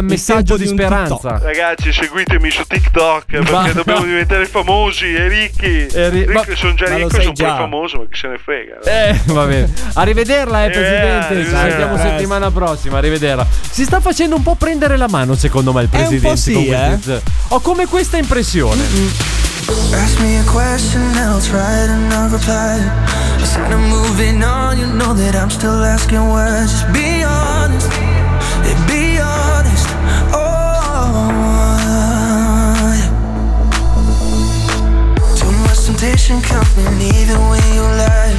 tempo messaggio di, di un speranza. Ragazzi, seguitemi su TikTok perché Ma- dobbiamo diventare famosi e ricchi. E ri- ma- sono già ma lo ricco, sai sono già. poi famoso, ma chi se ne frega. Eh, va bene. Arrivederla, eh, Eh, presidente. Ci arrivederla. sentiamo Presto. settimana prossima. Arrivederla. Si sta facendo un po' prendere la mano, secondo me, il È un presidente. po' sì, con eh. questi z- Ho come questa impressione. Mm. Ask me a question and I'll try it and I'll reply. Instead of moving on, you know that I'm still asking why. Just be honest, yeah, be honest. Oh, yeah. too much temptation coming even when you lie.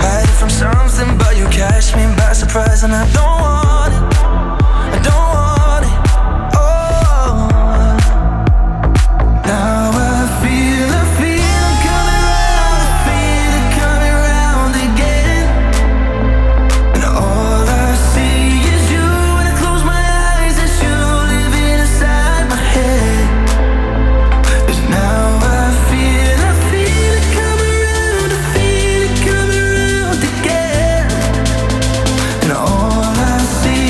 Hide from something, but you catch me by surprise, and I don't want it. I don't want it. Oh. Now I feel a feeling coming round, a feeling coming round again. And all I see is you when I close my eyes, it's you living inside my head. And now I feel a feeling coming round, a feeling coming round again. And all I see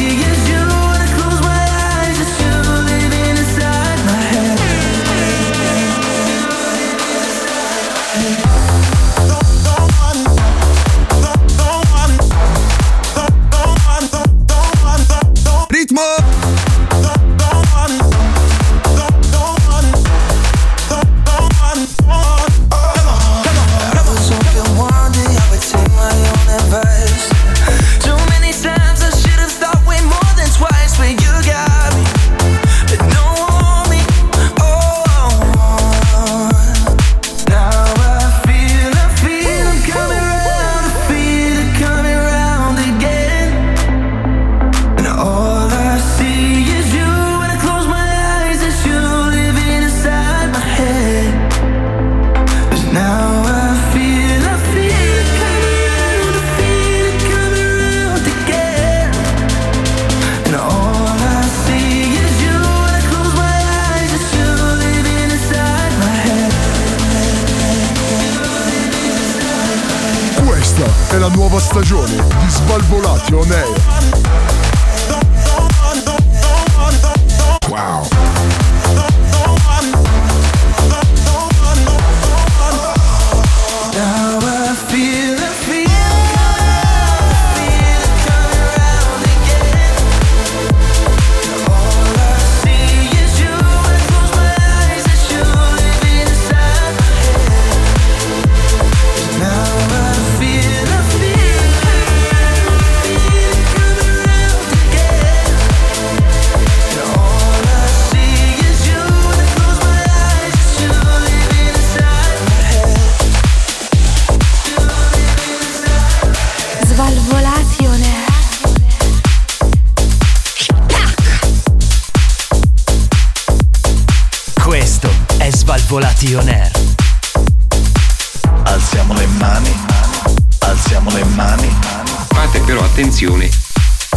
la nuova stagione di Svalvolati On Air. Wow. Now I feel the feeling. Svalvolazione. Questo è Svalvolati On Air. Alziamo le mani, alziamo le mani, Fate però attenzione.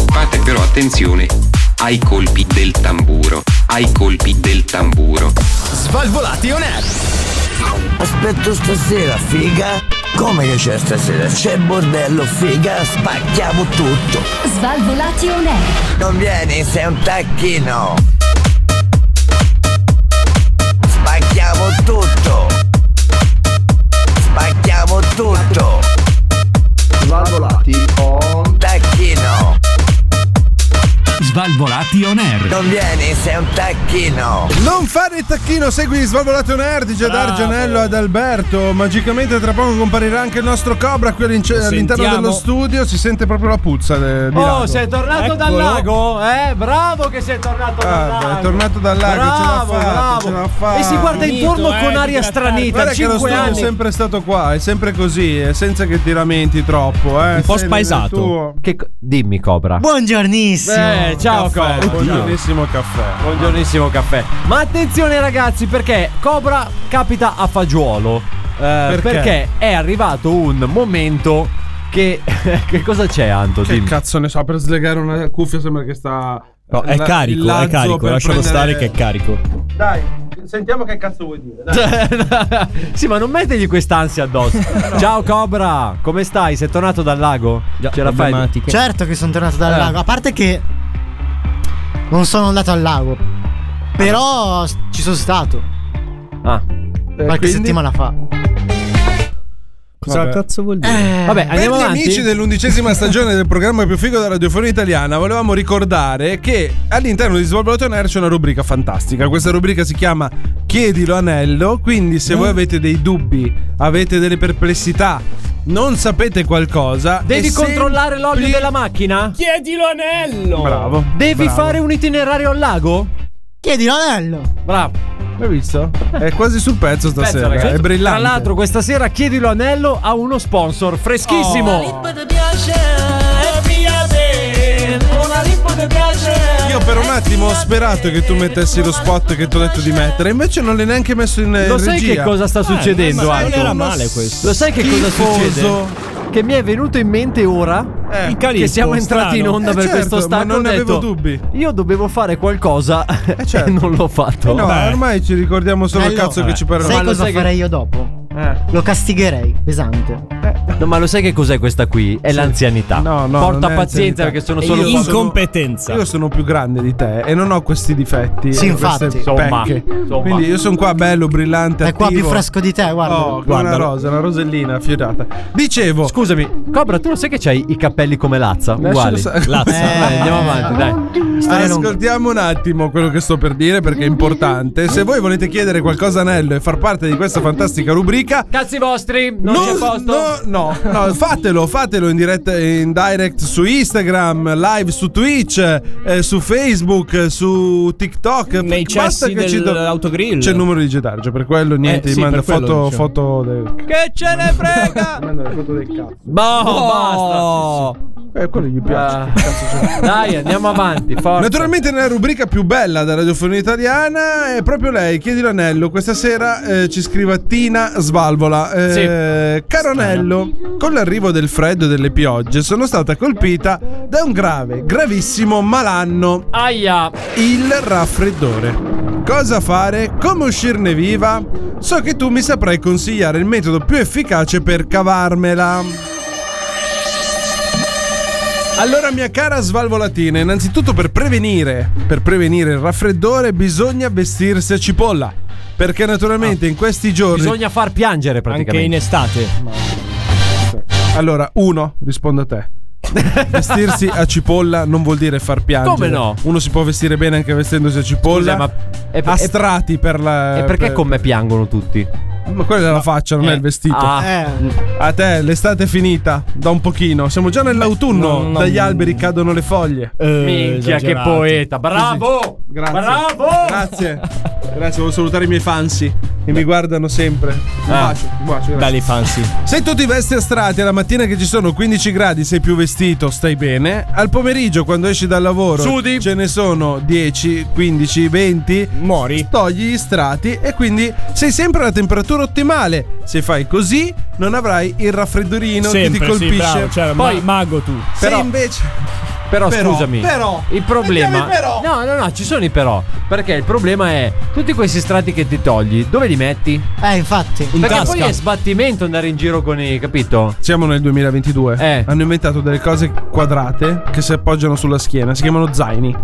Fate però attenzione ai colpi del tamburo. Ai colpi del tamburo. Svalvolati on air. Aspetto stasera, figa. Come che c'è stasera? C'è bordello, figa, spacchiamo tutto. Svalvolati on air. Non vieni, sei un tacchino. Spacchiamo tutto. Spacchiamo tutto. Svalvolati on. Tacchino. Svalvolati on air. Non vieni, sei un tacchino. Non fare il tacchino, segui Svalvolato Nerd, dice D'Argianello ad Alberto. Magicamente tra poco comparirà anche il nostro Cobra qui all'ince- Lo all'interno sentiamo. dello studio, si sente proprio la puzza de- di Oh, lago. sei tornato dal Eccolo. lago? Eh, bravo che sei tornato dal Ah, lago. beh, è tornato dal lago, bravo, ce l'ha fatta, bravo. ce l'ha fatta. E si guarda intorno Finito, eh, con di aria grattare. stranita, Guarda che lo 5 studio anni. è sempre stato qua, è sempre così, è senza che ti lamenti troppo. Eh. Un po' Sei nel spaesato. tuo. Che co- dimmi Cobra. Buongiornissimo. Eh, ciao Caffè, Cobra. Buongiornissimo caffè. Buongiornissimo caffè. Ma attenzione ragazzi perché Cobra capita a fagiolo. Eh, perché? è arrivato un momento che... che cosa c'è Anto? Che Dimmi. cazzo ne so, per slegare una cuffia sembra che sta... No, è la- il carico, è lazzo carico. per Lascialo prendere- stare che è carico. Dai, sentiamo che cazzo vuoi dire. sì, ma non mettegli quest'ansia addosso. Ciao Cobra, come stai? Sei tornato dal lago? Ce la fai? Certo che sono tornato dal Eh. lago, a parte che non sono andato al lago. Però s- ci sono stato Ah. qualche settimana fa. Vabbè. vuol Eh. Vabbè, andiamo per gli avanti. amici dell'undicesima stagione del programma più figo della radiofonia italiana, volevamo ricordare che all'interno di Svalbard On Air c'è una rubrica fantastica. Questa rubrica si chiama Chiedilo Anello. Quindi, se voi avete dei dubbi, avete delle perplessità, non sapete qualcosa, Devi è controllare l'olio della macchina? Chiedilo anello! Bravo. Devi bravo. fare un itinerario al lago? Chiedi l'anello. Bravo. Hai visto? È quasi sul pezzo stasera. Pensa, è ragazzi. brillante. Tra l'altro, questa sera chiedilo anello a uno sponsor freschissimo. Io per un attimo ho sperato che tu mettessi lo spot che ti ho detto di mettere, invece non l'hai neanche messo in eh, Lo sai regia. che cosa sta succedendo? ma Anto? era male questo. Lo sai che cosa Schifoso. succede? Che mi è venuto in mente ora Il che califfo, siamo entrati in strano. onda Eh per certo, questo stacco. ma non ho detto, avevo dubbi. Io dovevo fare qualcosa certo. e non l'ho fatto. Eh no, ormai ci ricordiamo solo il Allora, cazzo che ci parla. Sai cosa farei io dopo? Lo castigherei, pesante. No, ma lo sai che cos'è questa qui? È l'anzianità. No, Porta non è anzianità. pazienza perché sono E solo io quattro- sono- Io sono più grande di te e non ho questi difetti. Sì, e queste infatti. Insomma, pecche. insomma. Quindi io sono qua bello, brillante. È qua attivo. più fresco di te, guarda. Oh, come una rosa, una rosellina affiorata. Dicevo, Scusami, Cobra, tu lo sai che c'hai i capelli come Lazza? Uguali. Lascialo sa- Dai, Eh, andiamo avanti, dai. Eh, Storia lunga. Ascoltiamo un attimo quello che sto per dire perché è importante. Se voi volete chiedere qualcosa a Anello e far parte di questa fantastica rubrica, Cazzi vostri, non, c'è posto. No, no, no, fatelo, fatelo in diretta in direct su Instagram, live su Twitch, eh, su Facebook, eh, su TikTok. Nei cessi dell'autogrill. C'è il numero di Getarge, per quello niente, sì, mi manda per quello, foto, diciamo. foto del Che ce ne frega? No, basta. Eh, quello gli piace. Ah. Dai, andiamo avanti, forza. Naturalmente nella rubrica più bella della radiofonia italiana è proprio lei, chiedi l'anello. Questa sera eh, ci scrive Tina Svalvola. Eh, Caro anello, con l'arrivo del freddo e delle piogge sono stata colpita da un grave, gravissimo malanno. Aia! Il raffreddore. Cosa fare? Come uscirne viva? So che tu mi saprai consigliare il metodo più efficace per cavarmela. Allora, mia cara svalvolatina, innanzitutto per prevenire, per prevenire il raffreddore bisogna vestirsi a cipolla. Perché naturalmente in questi giorni... Bisogna far piangere praticamente. in estate. Allora, uno, rispondo a te. Vestirsi a cipolla non vuol dire far piangere. Come no? Uno si può vestire bene anche vestendosi a cipolla. Scusa, ma è- a strati per la. E perché per- con me piangono tutti? Ma quella è la faccia, non è Eh. il vestito. Ah. A te, l'estate è finita. Da un pochino. Siamo già nell'autunno. no, no, Dagli no. alberi cadono le foglie. Eh, Minchia, che poeta. Bravo! Grazie. Bravo! Grazie. Grazie, volevo salutare i miei fansi che mi guardano sempre. Un Ah. bacio, un bacio, grazie. Dai, fancy. Se tu ti vesti a strati alla mattina che ci sono 15 gradi, sei più vestito, stai bene. Al pomeriggio, quando esci dal lavoro, Sudi. ce ne sono 10, 15, 20. Muori. Togli gli strati e quindi sei sempre alla temperatura ottimale. Se fai così, non avrai il raffreddorino che ti Sempre, sì, colpisce. bravo, cioè, ma- mago tu. Se Però- invece. Però, Però, scusami, però, il problema. mettiamo i però. No, no, no, ci sono i però. Perché il problema è tutti questi strati che ti togli, dove li metti? Eh, infatti. perché poi è sbattimento andare in giro con i. capito? Siamo nel 2022. Eh. Hanno inventato delle cose quadrate che si appoggiano sulla schiena. Si chiamano zaini.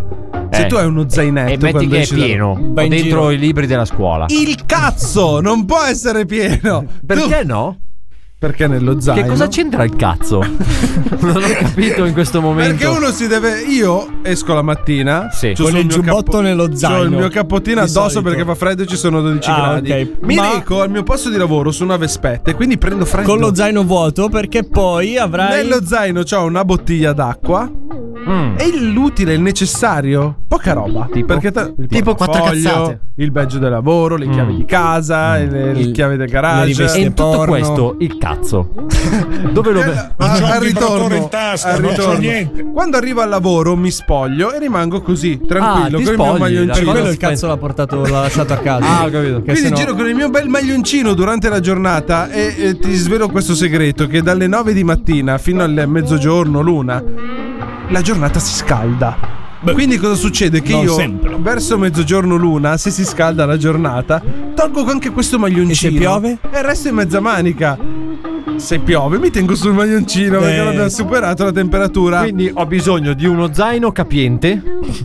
Se Eh. tu hai uno zainetto E metti quando che è esci dal- pieno. Vai o in dentro giro. i libri della scuola. Il cazzo non può essere pieno. Perché no? Perché nello zaino. Che cosa c'entra il cazzo? non ho capito in questo momento. Perché uno si deve. Io esco la mattina. Sì. c'ho Con sul il mio giubbotto nello Ho il zaino. mio cappottino Di addosso solito. perché fa freddo e ci sono 12 Ah, gradi. ok. Mi Ma- reco al mio posto di lavoro su una vespetta e quindi prendo freddo. Con lo zaino vuoto perché poi avrai. Nello zaino c'ho una bottiglia d'acqua. E l'utile, il necessario? Poca roba. perché ta- il Tipo quattro portafoglio, cazzate. Il badge del lavoro, le chiavi di casa, le, le Il- chiavi del Le garage. riviste e in tutto questo il cazzo. Eh, Dove lo metti? Ah, al ritorno, in tasca, al non c'ho ritorno. niente. Quando arrivo al lavoro mi spoglio e rimango così, Ah, ti tranquillo, con il mio spogli, Per maglioncino. quello il cazzo l'ha portato, l'ha lasciato a casa. Ah, ho capito. Che Quindi sennò- giro con il mio bel maglioncino durante la giornata e, eh, ti svelo questo segreto che dalle 9 di mattina fino al mezzogiorno, l'una, la giornata si scalda. Quindi cosa succede? Che non io sempre. verso mezzogiorno l'una, se si scalda la giornata, tolgo anche questo maglioncino. se piove? E resto in mezza manica. Se piove mi tengo sul maglioncino perché Eh. non abbiamo superato la temperatura. Quindi ho bisogno di uno zaino capiente.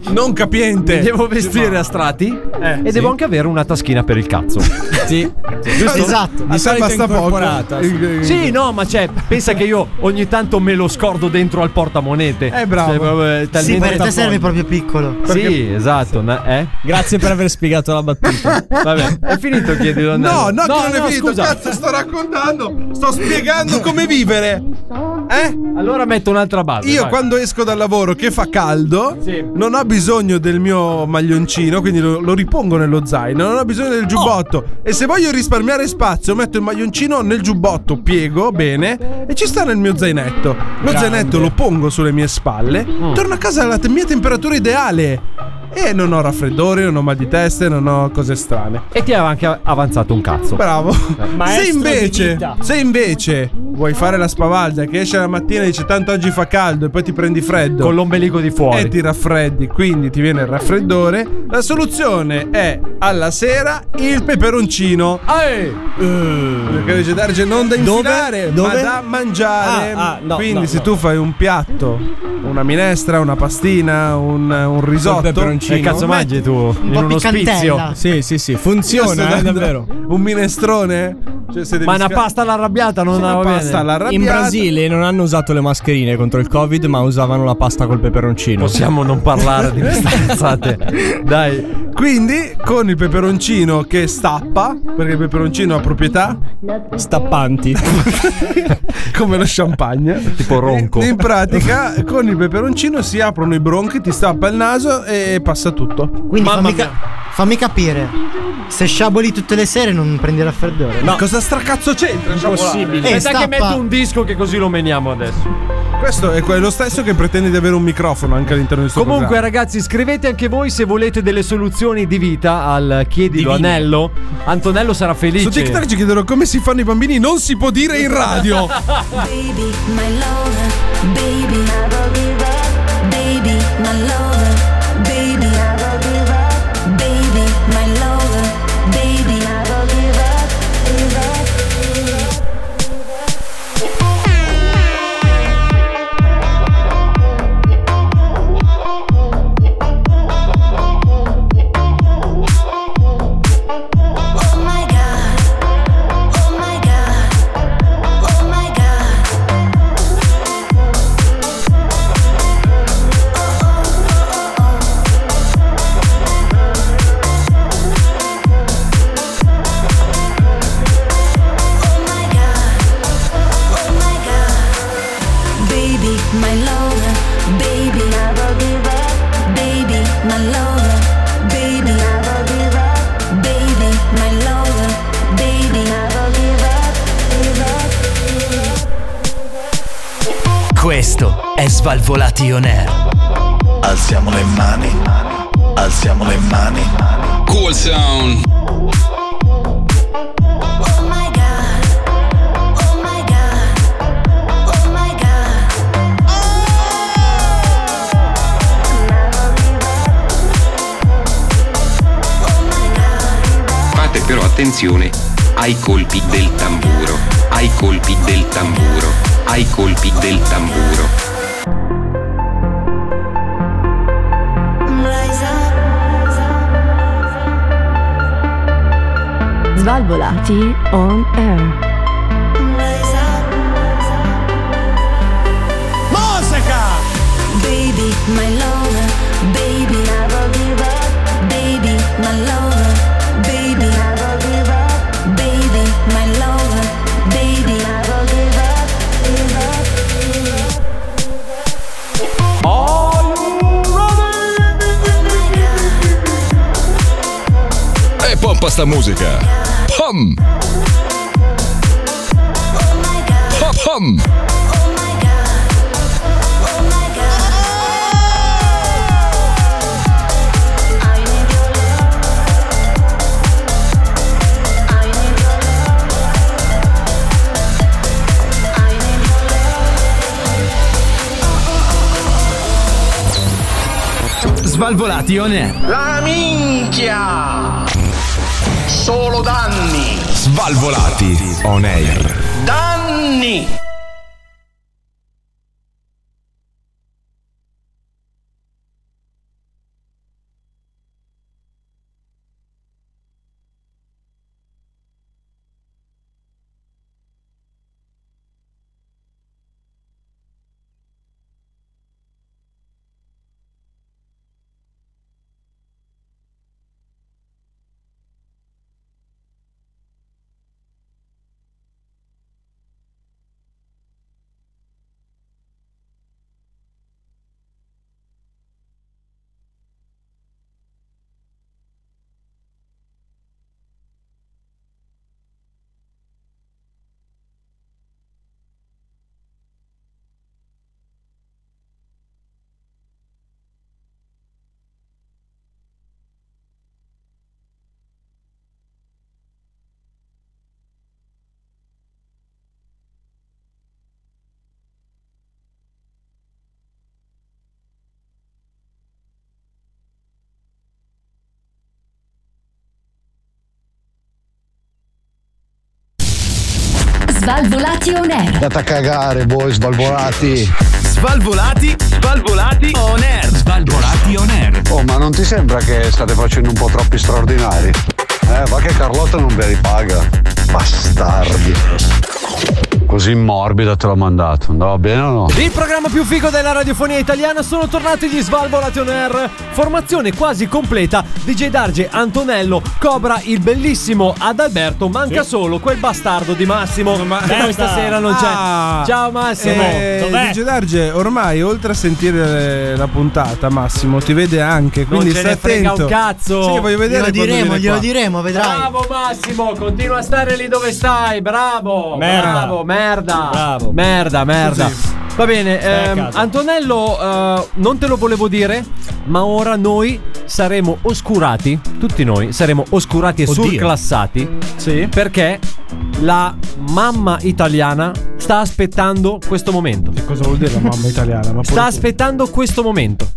Non capiente. Mi devo vestire a strati. Eh, e devo anche avere una taschina per il cazzo. sì. Esatto. Mi sa basta poco. Il- Sì, no, ma cioè, pensa che io ogni tanto me lo scordo dentro al portamonete. Eh, bravo. Cioè, proprio, eh, Sì, talmente per te serve proprio piccolo. Sì, esatto. na- eh? Grazie per aver spiegato la battuta. Vabbè, è finito chiedilo. No, no, che non è finito. scusa. Cazzo, sto raccontando. Sto spiegando come vivere. Eh? Allora metto un'altra base. Io vai. quando esco dal lavoro che fa caldo, non ho bisogno del mio maglioncino, quindi lo, lo ripongo nello zaino, non ho bisogno del giubbotto. E se voglio risparmiare spazio, metto il maglioncino nel giubbotto, piego bene e ci sta nel mio zainetto. Lo zainetto lo pongo sulle mie spalle, torno a casa alla te- mia temperatura ideale. E non ho raffreddore, non ho mal di testa, non ho cose strane. E ti aveva anche avanzato un cazzo. Bravo. se Maestro di invece, vita. se invece vuoi fare la spavalda che esce la mattina e dice tanto oggi fa caldo e poi ti prendi freddo Con l'ombelico di fuori. e ti raffreddi, quindi ti viene il raffreddore, la soluzione è alla sera il peperoncino. Perché dice Darge non da Dove? infilare, Dove? ma da mangiare. Ah, ah, no, quindi no, se no. tu fai un piatto, una minestra, una pastina, un, un risotto, peperoncino. e cazzo mangi tu in po' uno spizio. Sì, sì, sì. Io sto Funziona, eh, dando davvero. Un minestrone? Cioè, se devi Ma una sca- pasta all'arrabbiata non Sì, una va bene. pasta all'arrabbiata. In Brasile non hanno usato le mascherine contro il Covid, ma usavano la pasta col peperoncino. Possiamo non parlare di queste cazzate. Dai. Quindi con il peperoncino che stappa, perché il peperoncino ha proprietà stappanti, come lo champagne, tipo ronco. In pratica con il peperoncino si aprono i bronchi, ti stappa il naso e passa tutto. Quindi fammi, ca- fammi capire. Se sciaboli tutte le sere non prendi raffreddore. Ma cosa stracazzo c'entra? Impossibile. Eh, Aspetta che stappa. metto un disco che così lo meniamo adesso. Questo è quello stesso che pretende di avere un microfono anche all'interno del suo Comunque, programma. ragazzi, scrivete anche voi se volete delle soluzioni di vita al chiedilo Divino. Anello. Antonello sarà felice. su TikTok ci chiedono come si fanno i bambini, non si può dire in radio. Baby, my lover, baby, baby, my lover, baby, baby, my lover, baby. Oh Oh Oh è Svalvolati On Air. Alziamo le mani, alziamo le mani. Cool sound. Oh Oh Oh. Fate però attenzione ai colpi del tamburo, ai colpi del tamburo, ai colpi del tamburo. Svalvolati on air. Musica! Baby, my lover, baby, I will give up. Baby, my lover, baby, I will give up. Baby, my lover, baby, I will give up. Give up, give up. E pompa sta musica. Pom. Pom, pom. Oh. Svalvolati On Air. La minchia! Solo danni! Svalvolati on air. Danni! Svalvolati on air. Andate a cagare voi svalvolati. Svalvolati, svalvolati on air. Svalvolati on air. Oh, ma non ti sembra che state facendo un po' troppi straordinari? Eh, va che Carlotta non ve li paga. Bastardi. Così morbida te l'ho mandato. Andava bene o no? Il programma più figo della radiofonia italiana sono tornati gli Svalvolati On Air. Formazione quasi completa: DJ Darge, Antonello, Cobra, il bellissimo Adalberto. Manca solo quel bastardo di Massimo. che Basta. poi stasera non c'è. Ah. Ciao Massimo. Eh, Dice Darge, ormai oltre a sentire la puntata, Massimo ti vede anche. Quindi ce stai ne frega attento. un cazzo. Sì, voglio vedere. quando viene qua. Bravo Massimo, continua a stare lì dove stai. Bravo. Merda. Bravo, merda. Merda, merda. Va bene, Stai a ehm, casa. Antonello, eh, non te lo volevo dire, ma ora noi saremo oscurati, tutti noi saremo oscurati e Oddio. surclassati. Sì. Perché la mamma italiana sta aspettando questo momento. Che cosa vuol dire la mamma italiana? Ma sta pure tu. aspettando questo momento.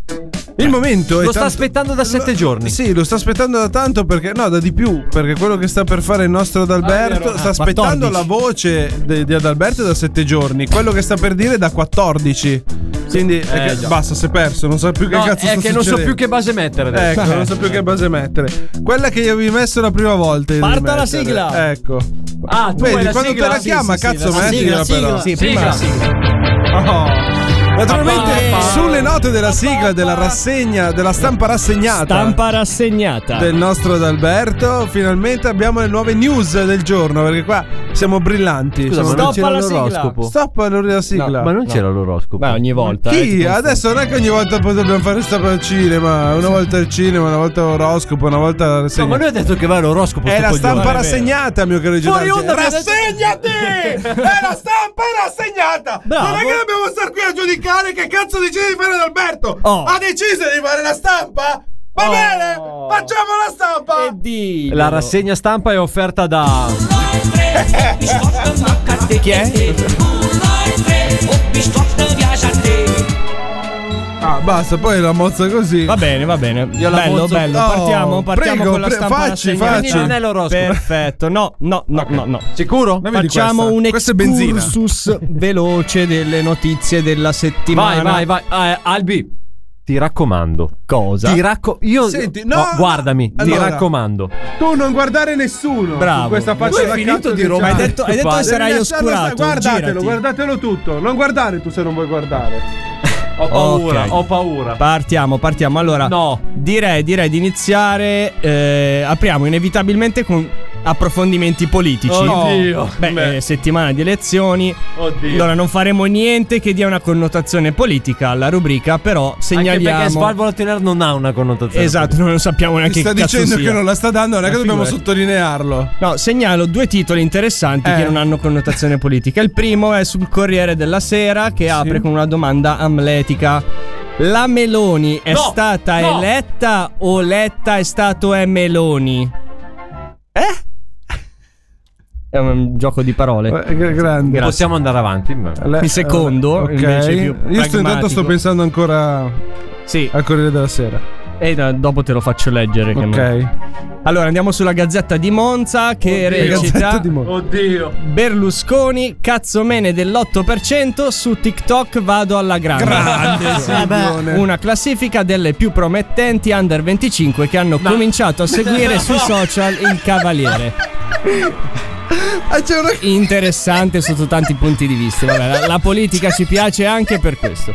Il momento Lo è sta tanto- aspettando da sette Lo- giorni. Sì, lo sta aspettando da tanto perché no, da di più, perché quello che sta per fare il nostro Ah, è vero. Adalberto sta Ah, aspettando 14. la voce de- di Adalberto da sette giorni, quello che sta per dire da 14. Quindi è che- Eh, già. basta, si è perso, non so più che No, cazzo è sta che non so succedendo. più che base mettere. adesso. Ecco, non so più che base mettere. Quella che io vi ho messo la prima volta. devi Parta la mettere. sigla. Ecco. Ah, tu Vedi, vuoi la quando sigla? te la Sì, chiama, sì, sì, cazzo, la mettila sigla, però. sigla. Sì, prima- Naturalmente sulle note della sigla della rassegna, della stampa rassegnata. Stampa Ah. rassegnata. Del nostro Adalberto, finalmente abbiamo le nuove news del giorno. Perché qua siamo brillanti. Scusa, siamo ma non c'era l'oroscopo. Stop allora la sigla. No, ma non c'era l'oroscopo. Beh, ogni volta. eh, Chi? Adesso non è che ogni volta poi dobbiamo fare stop al cinema. Una volta il cinema, una volta l'oroscopo, una volta la rassegna. No, ma lui ha detto che va l'oroscopo. È sto la coglione. stampa Non è vero. rassegnata, mio caro Fuori Giuliano. onda mi ha detto- Rassegnati! È la stampa rassegnata! Bravo. Non è che dobbiamo stare qui a giudicare spiegare che cazzo decide di fare ad Alberto. Oh. Ha deciso di fare la stampa? Va Oh. bene, facciamo la stampa. La rassegna stampa è offerta da. Chi è? Ah, basta, poi la mozza così. Va bene, va bene. bello, bello. partiamo, partiamo con la stampa rassegna. Prendi l'anello rosso. Perfetto. No, no, no, no, no. Sicuro? Ma vedi Facciamo questa. un Questa è benzina. excursus veloce delle notizie della settimana. Vai, vai, vai. Eh, Albi. Ti raccomando. Ah, Cosa? Ti racco- io Senti, no, no, no. guardami, ti Allora. raccomando. Tu non guardare nessuno. Bravo. Su questa Tu faccia hai da finito cazzo di che rompere c'hai. Hai detto- hai detto che Devi sarai lasciarlo oscurato, stare. Guardatelo, girati. guardatelo tutto. Non guardare tu se non vuoi guardare. Eh, Ho paura, Ok. ho paura. Partiamo, partiamo. Allora, No. direi, direi di iniziare. eh, apriamo inevitabilmente con approfondimenti politici. Oddio. Beh, eh, settimana di elezioni. Oddio. Allora, non faremo niente che dia una connotazione politica alla rubrica, però Anche segnaliamo. perché Svalvola Tener non ha una connotazione. Esatto, non lo sappiamo neanche Ti sta che cazzo dicendo sia. che non la sta dando, non è Ma che dobbiamo figurati. sottolinearlo. Eh. No, segnalo due titoli interessanti che non hanno connotazione politica. Il primo è sul Corriere della Sera che apre con una domanda amletica. La Meloni è No, stata no. eletta o letta è stato è Meloni? Eh? È un gioco di parole. Eh, grande. eh, Grazie. Possiamo andare avanti. Il secondo, ok. invece, più Io sto intanto sto pragmatico. pensando ancora al Corriere della Sera. E da- dopo te lo faccio leggere. che Ok. non- Allora andiamo sulla Gazzetta di Monza che recita Oddio. Berlusconi, cazzomene dell'8% su TikTok vado alla grande. Grande, Silvione. Una classifica delle più promettenti under 25 che hanno cominciato a seguire sui social il cavaliere. Eh, Interessante sotto tanti punti di vista. Vabbè, la, la politica ci piace anche per questo.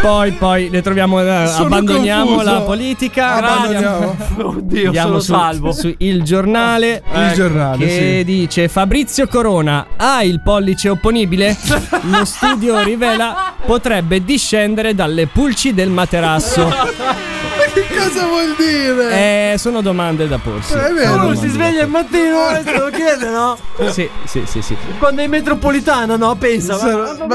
Poi, poi le troviamo. eh, Sono abbandoniamo confuso. la politica. Abbandoniamo. Ecco, Oddio, sono su- salvo. su Il giornale. Il giornale, Che sì. dice Fabrizio Corona ha il pollice opponibile? Lo studio rivela potrebbe discendere dalle pulci del materasso. Ma che cosa vuol dire? Eh, sono domande da porsi. Eh, è vero. Sono Uno si domande. sveglia il mattino e te lo chiede, no? Sì, sì, sì, sì. Quando è in metropolitana, no? Pensa. Ma, ma,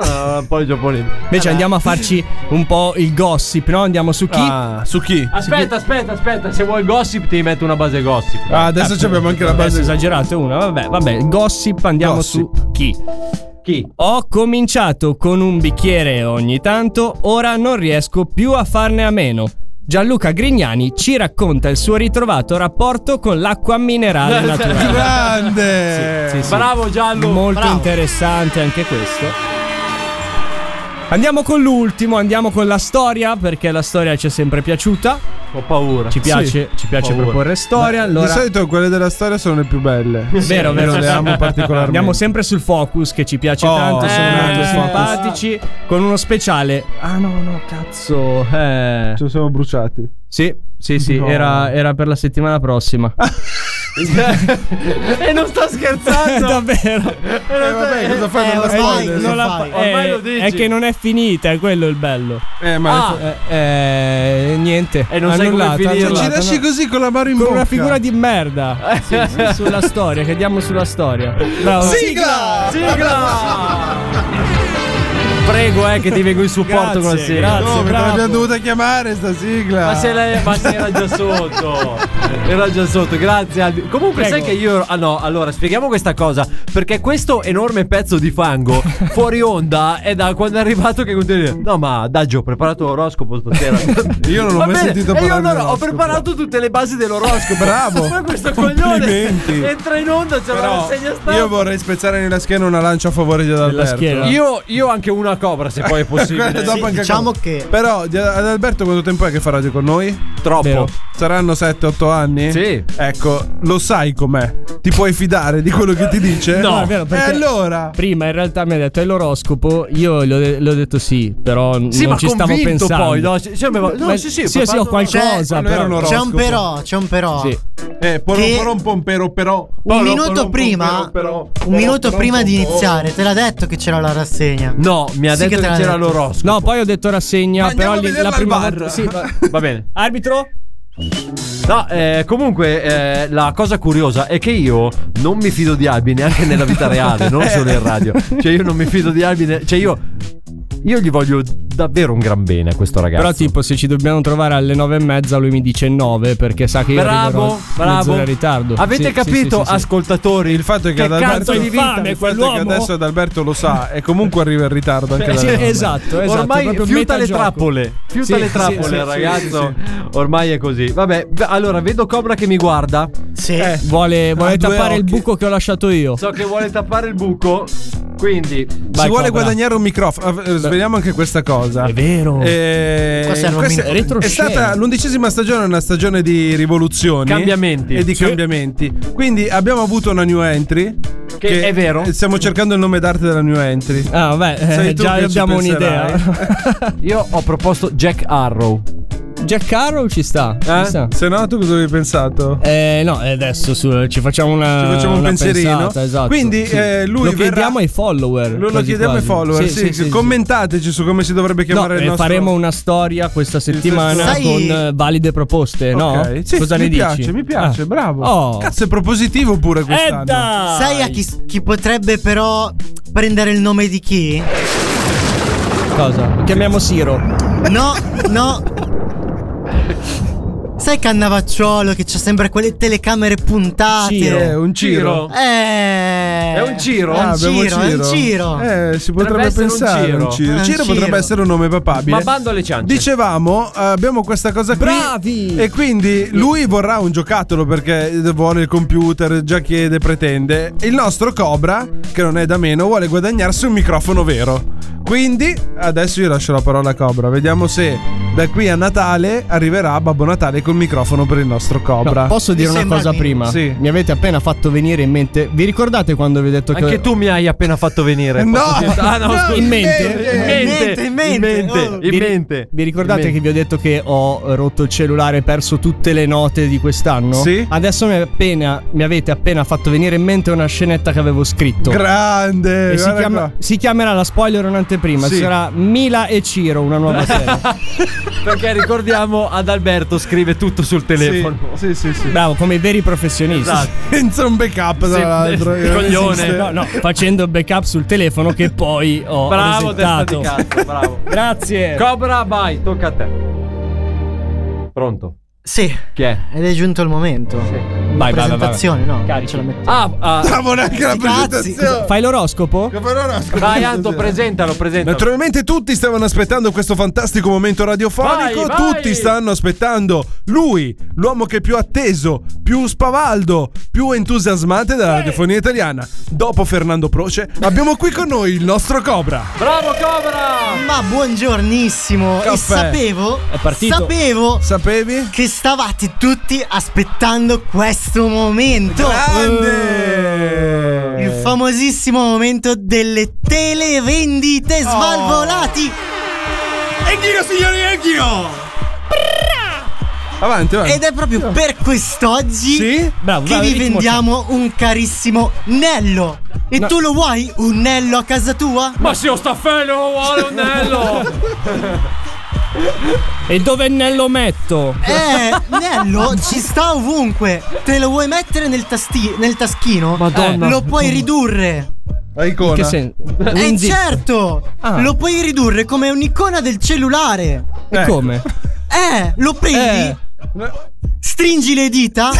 ma, poi giapponese. Invece andiamo a farci un po' il gossip, no? Andiamo Ah, su chi? su chi? Aspetta, aspetta, aspetta. Se vuoi gossip, ti metto una base gossip. Ah, adesso ci abbiamo anche la Adesso base. esagerato una, vabbè, vabbè, gossip, andiamo su chi? Chi? Ho cominciato con un bicchiere ogni tanto, ora non riesco più a farne a meno. Gianluca Grignani ci racconta il suo ritrovato rapporto con l'acqua minerale naturale. Grande! Sì, sì, sì. Bravo Giallo. Molto Bravo. interessante anche questo. Andiamo con l'ultimo, andiamo con la storia, perché la storia ci è sempre piaciuta. Ho paura. Ci piace, Sì. ci piace Paura. proporre storia. Allora, Di solito quelle della storia sono le più belle. Vero, vero. Io le amo particolarmente. Andiamo sempre sul focus che ci piace Oh, tanto, sono eh, molto sì. simpatici. Con uno speciale. Ah no, no, cazzo. Eh. Ci siamo bruciati. Sì, sì, sì, No. Ah, era, era per la settimana prossima. e non sto scherzando. Davvero. Eh, vabbè, cosa fai? non la spoiler? non la fa- Ormai eh, lo dici. È che non è finita, è quello il bello. Eh, ma- Ah, eh, eh, niente. E non sai come annullato, finirla. annullato, Ci lasci Ah, no. Cioè, così con la mano in Con bocca. una figura di merda. Eh, Sì, sì, sulla storia, Chiediamo sulla storia. Bravo. Sigla! Prego, eh, che ti vengo in supporto Grazie, con la sera. grazie, No, perché bravo. l'abbiamo dovuta chiamare sta sigla. Ma se, la- ma se era già sotto, era già sotto, grazie. Albi. Comunque, Prego. sai che io. Ah, no, allora spieghiamo questa cosa. Perché questo enorme pezzo di fango fuori onda è da quando è arrivato che continua. No, ma Daggio, ho preparato l'oroscopo stasera. Io non l'ho Va mai bene, sentito e Io parlare di allora ho oroscopo. preparato tutte le basi dell'oroscopo. Bravo. Poi questo coglione Complimenti. entra in onda, c'è la Però rassegna stampa. io vorrei spezzare nella schiena una lancia a favore di Adalberto. Io, io anche una cobra, se poi è possibile. Quella dopo anche con- Però di- ad Alberto quanto tempo è che fa radio con noi? Troppo. Vero. Saranno 7-8 anni? Sì. Ecco, lo sai com'è. Ti puoi fidare di quello che ti dice? No, è vero, E Eh, perché allora? Prima in realtà mi ha detto è l'oroscopo. Io le ho, de- le ho detto sì, però n- Sì, non ma ci stavo convinto pensando. poi, no? Sì, sì, ma- no, Ma- sì, sì, ho sì, sì, fatto- ho qualcosa. Cioè, però. quello era C'è un oroscopo. però, c'è un però. Sì. Eh, porom, Che- porom, pom, pero, però. Un Porom, minuto porom, prima, pom, pero, però. un Porom, minuto porom, prima pom, di pom. iniziare, te l'ha detto che c'era la rassegna. No, mi ha Sì detto che che, te l'ha c'era detto. l'oroscopo. No, poi ho detto rassegna, Ma andiamo però a lì- vederla la al prima bar. volta. Sì, va- Va bene. Arbitro? No, eh, comunque eh, la cosa curiosa è che io non mi fido di Albi neanche nella vita reale, non solo in radio. Cioè io non mi fido di Albi, ne- cioè io io gli voglio davvero un gran bene a questo ragazzo. Però, tipo, se ci dobbiamo trovare alle nove e mezza, lui mi dice 9 perché sa che io Bravo, arriverò bravo. mezz'ora in ritardo. Avete Sì, sì, capito, sì, sì, sì. ascoltatori? Il fatto è che, Che ad Alberto, cazzo di vita, il fatto è quell'uomo? che adesso ad Alberto lo sa e comunque arriva in ritardo anche Cioè, da sì, noi. esatto, esatto, Ormai proprio fiuta le metagioco. trappole, fiuta le trappole, ragazzo. Ormai è così. Vabbè, beh, allora vedo Cobra che mi guarda. Eh, Sì. vuole vuole due tappare il occhi. buco che ho lasciato io. So che vuole tappare il buco. Quindi, si vuole guadagnare un microfono. Eh, eh, Svegliamo anche questa cosa. È vero. Eh, Questa era un min- è stata l'undicesima stagione, una stagione di rivoluzioni. Cambiamenti. E di Sì. cambiamenti. Quindi abbiamo avuto una new entry. Che è vero. eh, Stiamo cercando il nome d'arte della new entry. Ah, vabbè, eh, Sai tu già che ci abbiamo penserai. un'idea. Io ho proposto Jack Arrow. Jack Arrow ci sta. Eh? Ci sta. Se no, tu cosa avevi pensato? Eh, no, eh, adesso su- ci facciamo una. Ci facciamo un una pensierino. pensata, esatto. Quindi, Sì. eh, lui Lo verrà- chiediamo ai follower. Lo, lo quasi chiediamo ai quasi. follower. Sì, sì, sì, sì. Commentateci su come si dovrebbe No, chiamare il eh, nostro. faremo una storia questa settimana Sai- con eh, valide proposte, Ok, no? sì, Cosa mi ne piace, dici? mi piace, Ah. bravo. Oh. Eh, Cazzo, è propositivo pure quest'anno. Ah, Sai a chi, chi potrebbe però prendere il nome di chi? Cosa? Lo chiamiamo Siro. No, no. Sai Cannavacciolo che c'ha sempre quelle telecamere puntate? Ciro. È un Ciro. Eh. È un Ciro? È Ah, un abbiamo Ciro, è un Ciro. Eh, si potrebbe Potrebbe essere un pensare a Ciro. un Ciro. Eh, un Ciro Ciro. potrebbe essere un nome papabile. Ma bando alle ciance. Dicevamo, eh, abbiamo questa cosa qui. Bravi! E quindi lui vorrà un giocattolo perché vuole il computer, già chiede, pretende. Il nostro Cobra, che non è da meno, vuole guadagnarsi un microfono vero. Quindi adesso io lascio la parola a Cobra. Vediamo se da qui a Natale arriverà Babbo Natale col microfono per il nostro Cobra. No, posso dire una cosa prima? Sì. Mi avete appena fatto venire in mente. Vi ricordate quando vi ho detto che. Anche tu mi hai appena fatto venire. No! Posso dire- ah, no, No, scusa. in mente. In mente, in mente, in Oh. mente. Vi- Vi ricordate In che vi ho detto che ho rotto il cellulare e perso tutte le note di quest'anno? Sì. Adesso mi, è appena- mi avete appena fatto venire in mente una scenetta che avevo scritto. Grande! E si, guarda chiama- qua. si chiamerà la spoiler un'anteprima. Sì. Sarà Mila e Ciro, una nuova serie. Perché ricordiamo ad Alberto scrive tutto sul telefono. Sì, sì, sì. Bravo, come i veri professionisti. Esatto. Senza un backup, tra eh, l'altro. che non esiste. No, no, facendo backup sul telefono che poi ho Bravo, testa di resettato. cazzo, bravo. Grazie. Cobra, vai, tocca a te. Pronto? Sì. Chi è? Ed è giunto il momento. vai, vai, vai. presentazione, no? Carici. Ce la metto. Ah, ah, Cavolo, anche la Cazzi, presentazione. Fai l'oroscopo? vai Anto, presentalo, presentalo. Naturalmente tutti stavano aspettando questo fantastico momento radiofonico, Vai, vai! tutti stanno aspettando lui, l'uomo che più atteso, più spavaldo, più entusiasmante della radiofonia italiana. Dopo Fernando Proce abbiamo qui con noi il nostro Cobra. Bravo Cobra! Ma buongiornissimo! E Caffè. sapevo. È partito. Sapevo. Sapevi? Che stavate tutti aspettando questo momento. Grande! Il famosissimo momento delle televendite svalvolati. E Ghiro, signori, e Ghiro! Avanti, avanti. Ed è proprio per quest'oggi Eh, Sì? Bravo, che bravo, vi ritmo, vendiamo un carissimo Nello. E tu lo vuoi un Nello a casa tua? Ma se lo staffello non vuole un nello! E dove ne lo metto? Eh, Nello ci sta ovunque. Te lo vuoi mettere nel, tasti- nel taschino? eh, Madonna. Lo puoi ridurre. La icona. Che senso? Eh Quindi- certo! Ah. Lo puoi ridurre come un'icona del cellulare. E come? Eh, lo prendi, Eh. stringi le dita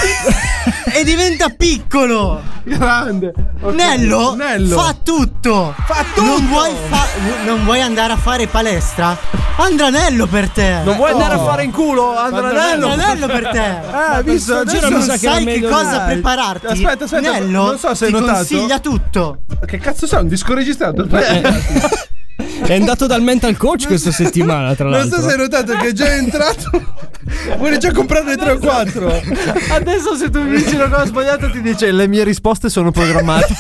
e diventa piccolo. Grande. Ah, Ok. Nello, Nello. fa tutto. Fa tutto. Non vuoi, fa- non vuoi andare a fare palestra? Andrà Nello per te. Non vuoi andare a fare in culo? Andrà Andrà nello! Nello per te. Ah, visto giro adesso- mi Non sa che era sai che meglio cosa Dai. prepararti. Aspetta, aspetta, Nello non so se hai ti notato. consiglia tutto. Che cazzo sei? Un disco registrato? Eh, È andato dal mental coach questa settimana, tra Non l'altro. so se hai notato che è già entrato. Vuole già comprarne 3 o 4. Adesso se tu mi dici una cosa sbagliata ti dice le mie risposte sono programmate.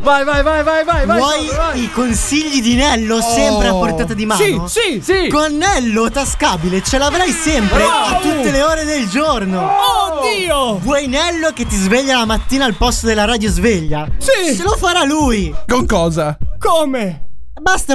vai, vai, vai, vai, vai, vai. Vuoi Cobra, vai. i consigli di Nello sempre a portata di mano? Sì, sì, sì. Con Nello tascabile ce l'avrai sempre a tutte le ore del giorno. Oddio! Vuoi Nello che ti sveglia la mattina al posto della radio sveglia? Sì. Se lo farà lui. Con cosa? Come? Basta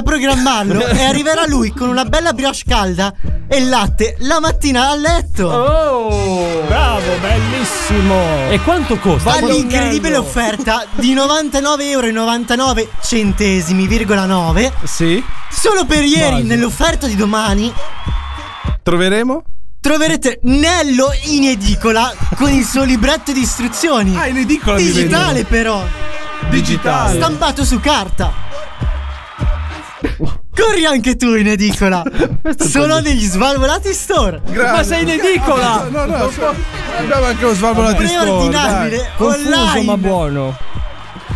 programmarlo e arriverà lui con una bella brioche calda e il latte la mattina a letto. Oh! Bravo, bellissimo! E quanto costa? Vale l'incredibile offerta di 99,99 centesimi, virgola 9. Sì. Solo per ieri, nell'offerta di domani, Troveremo? troverete Nello in edicola con il suo libretto di istruzioni. Ah, in edicola mi Digitale vedono. però. Digitale. Stampato su carta. Oh. Corri anche tu in edicola. Sono negli Svalvolati Store. Ma sei in edicola! No, no, no. Abbiamo anche lo svalvolati store. Preordinabile dai. online. buono.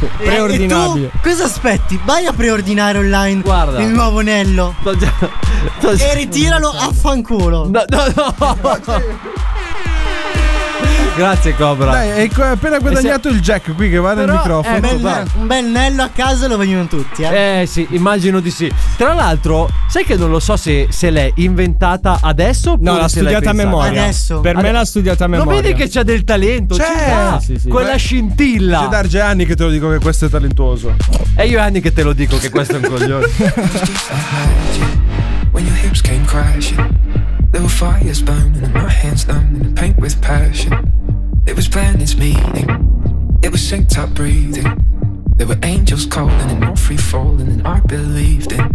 E- preordinabile. e tu cosa aspetti? Vai a preordinare online Guarda. il nuovo Nello. e ritiralo a fanculo. No, no, no. Grazie Cobra. Dai, è co- appena guadagnato il jack qui che va nel microfono. un, bel, Vai. un bel Nello a casa lo vogliono tutti. Eh. Eh sì, immagino di sì. Tra l'altro, sai che non lo so se, se l'è inventata adesso oppure No, l'ha se l'hai studiata a pensata. memoria. Adesso. Per me l'ha studiata a Non memoria. vedi che c'ha del talento? C'è. Ci Ah, sta. Sì, sì, sì. Quella Beh, scintilla. C'è Darge anni che te lo dico che questo è talentuoso. E io è anni che te lo dico Oh, che questo è un coglione. When your hips came crashing, there were fires burning and my hands numb in the paint with passion. It was planned its meaning, it was synced up breathing. There were angels calling and all free falling, and I believed in.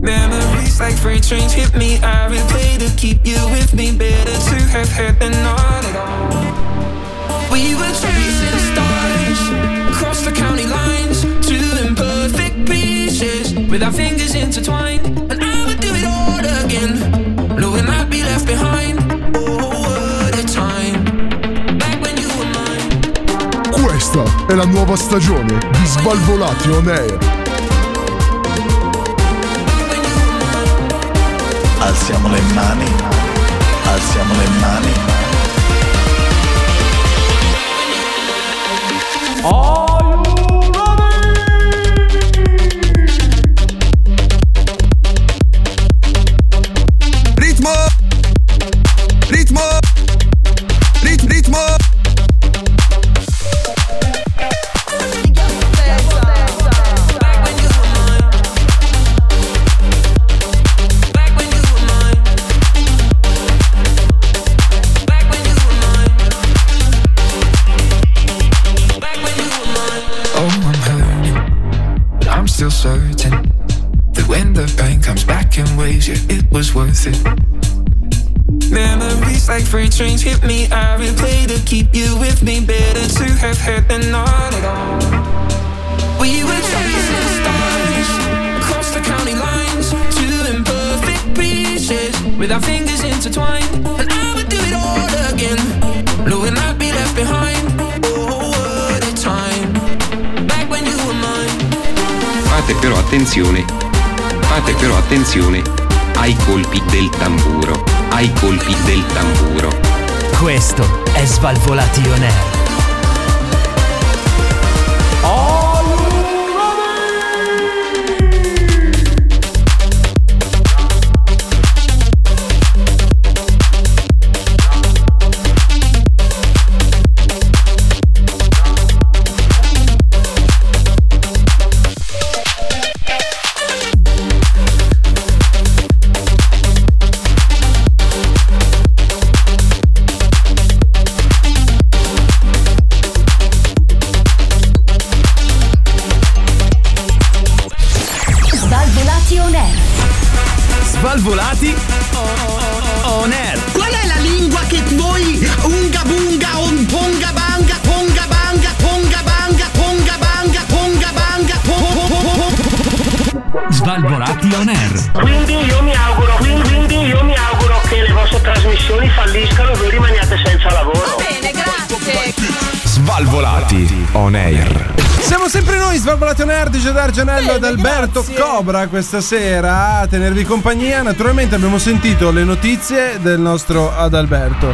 Memories like freight trains hit me. I replay to keep you with me. Better to have had than not at all. We were chasing stars across the county lines, two imperfect pieces with our fingers intertwined. And I would do it all again, knowing I'd be left behind. Oh, what a time! Back when you were mine. Questa è la nuova stagione di Svalvolati On Air. Alziamo le mani, alziamo le mani. Ritmo! Ritmo! Rit- ritmo! Oh, I'm hurting, but I'm still certain that when the pain comes back in waves, yeah, it was worth it. Memories like freight trains hit me. I replay to keep you with me. Better to have had than not at all. We were chasing stars across the county lines, two imperfect pieces with our fingers intertwined. And I would do it all again, knowing I'd be left behind. Oh, what a time! Back when you were mine. Fate però attenzione, fate però attenzione ai colpi del tamburo, ai colpi del tamburo. Questo è Svalvolati On Air. Svalvolati on air. Svalvolati o- o- on air. Qual è la lingua che voi unga bunga on ponga banga ponga banga ponga banga ponga banga ponga banga po- po- po- po- po- Svalvolati on air. Quindi io mi auguro, quindi, quindi io mi auguro che le vostre trasmissioni falliscano e voi rimaniate senza lavoro. Bene, grazie. Svalvolati on air. Siamo sempre noi, Svalvolati on Air, DJ D'Argenello ed Alberto Cobra questa sera a tenervi compagnia. Naturalmente abbiamo sentito le notizie del nostro Adalberto.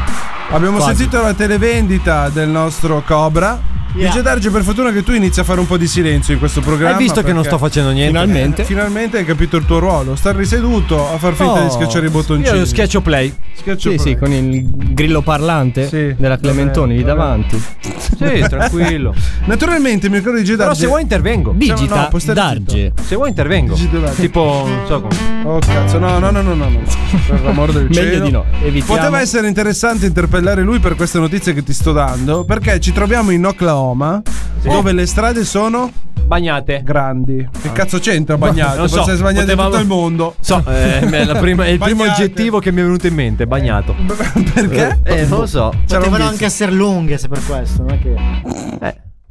Abbiamo Quasi. sentito la televendita del nostro Cobra. Dice Darge, per fortuna che tu inizi a fare un po' di silenzio in questo programma. Hai visto che non perché- sto facendo niente? Eh, Finalmente hai capito il tuo ruolo. Star riseduto a far finta Oh, di schiacciare i bottoncini. io schiaccio play. Schiaccio sì, play. sì, con il grillo parlante della Clementoni lì davanti. Sì, tranquillo. Naturalmente, mi ricordo di Darge. Però se vuoi intervengo. Digita puoi stare Darge. zitto. Se vuoi intervengo. Tipo, non so come. Oh cazzo, no, no, no, no, no, no. Per l'amor del Meglio cielo. di no, evitiamo. Poteva essere interessante interpellare lui per queste notizie che ti sto dando, perché ci troviamo in Oklahoma, dove le strade sono bagnate. Grandi. Che cazzo c'entra bagnate? Ah. Non so, Potesse sbagnare potevamo- tutto il mondo. So, eh, è la prima- è il primo aggettivo che mi è venuto in mente, bagnato. Perché? Eh, non lo so. Potevano anche essere lunghe se per questo, non è che.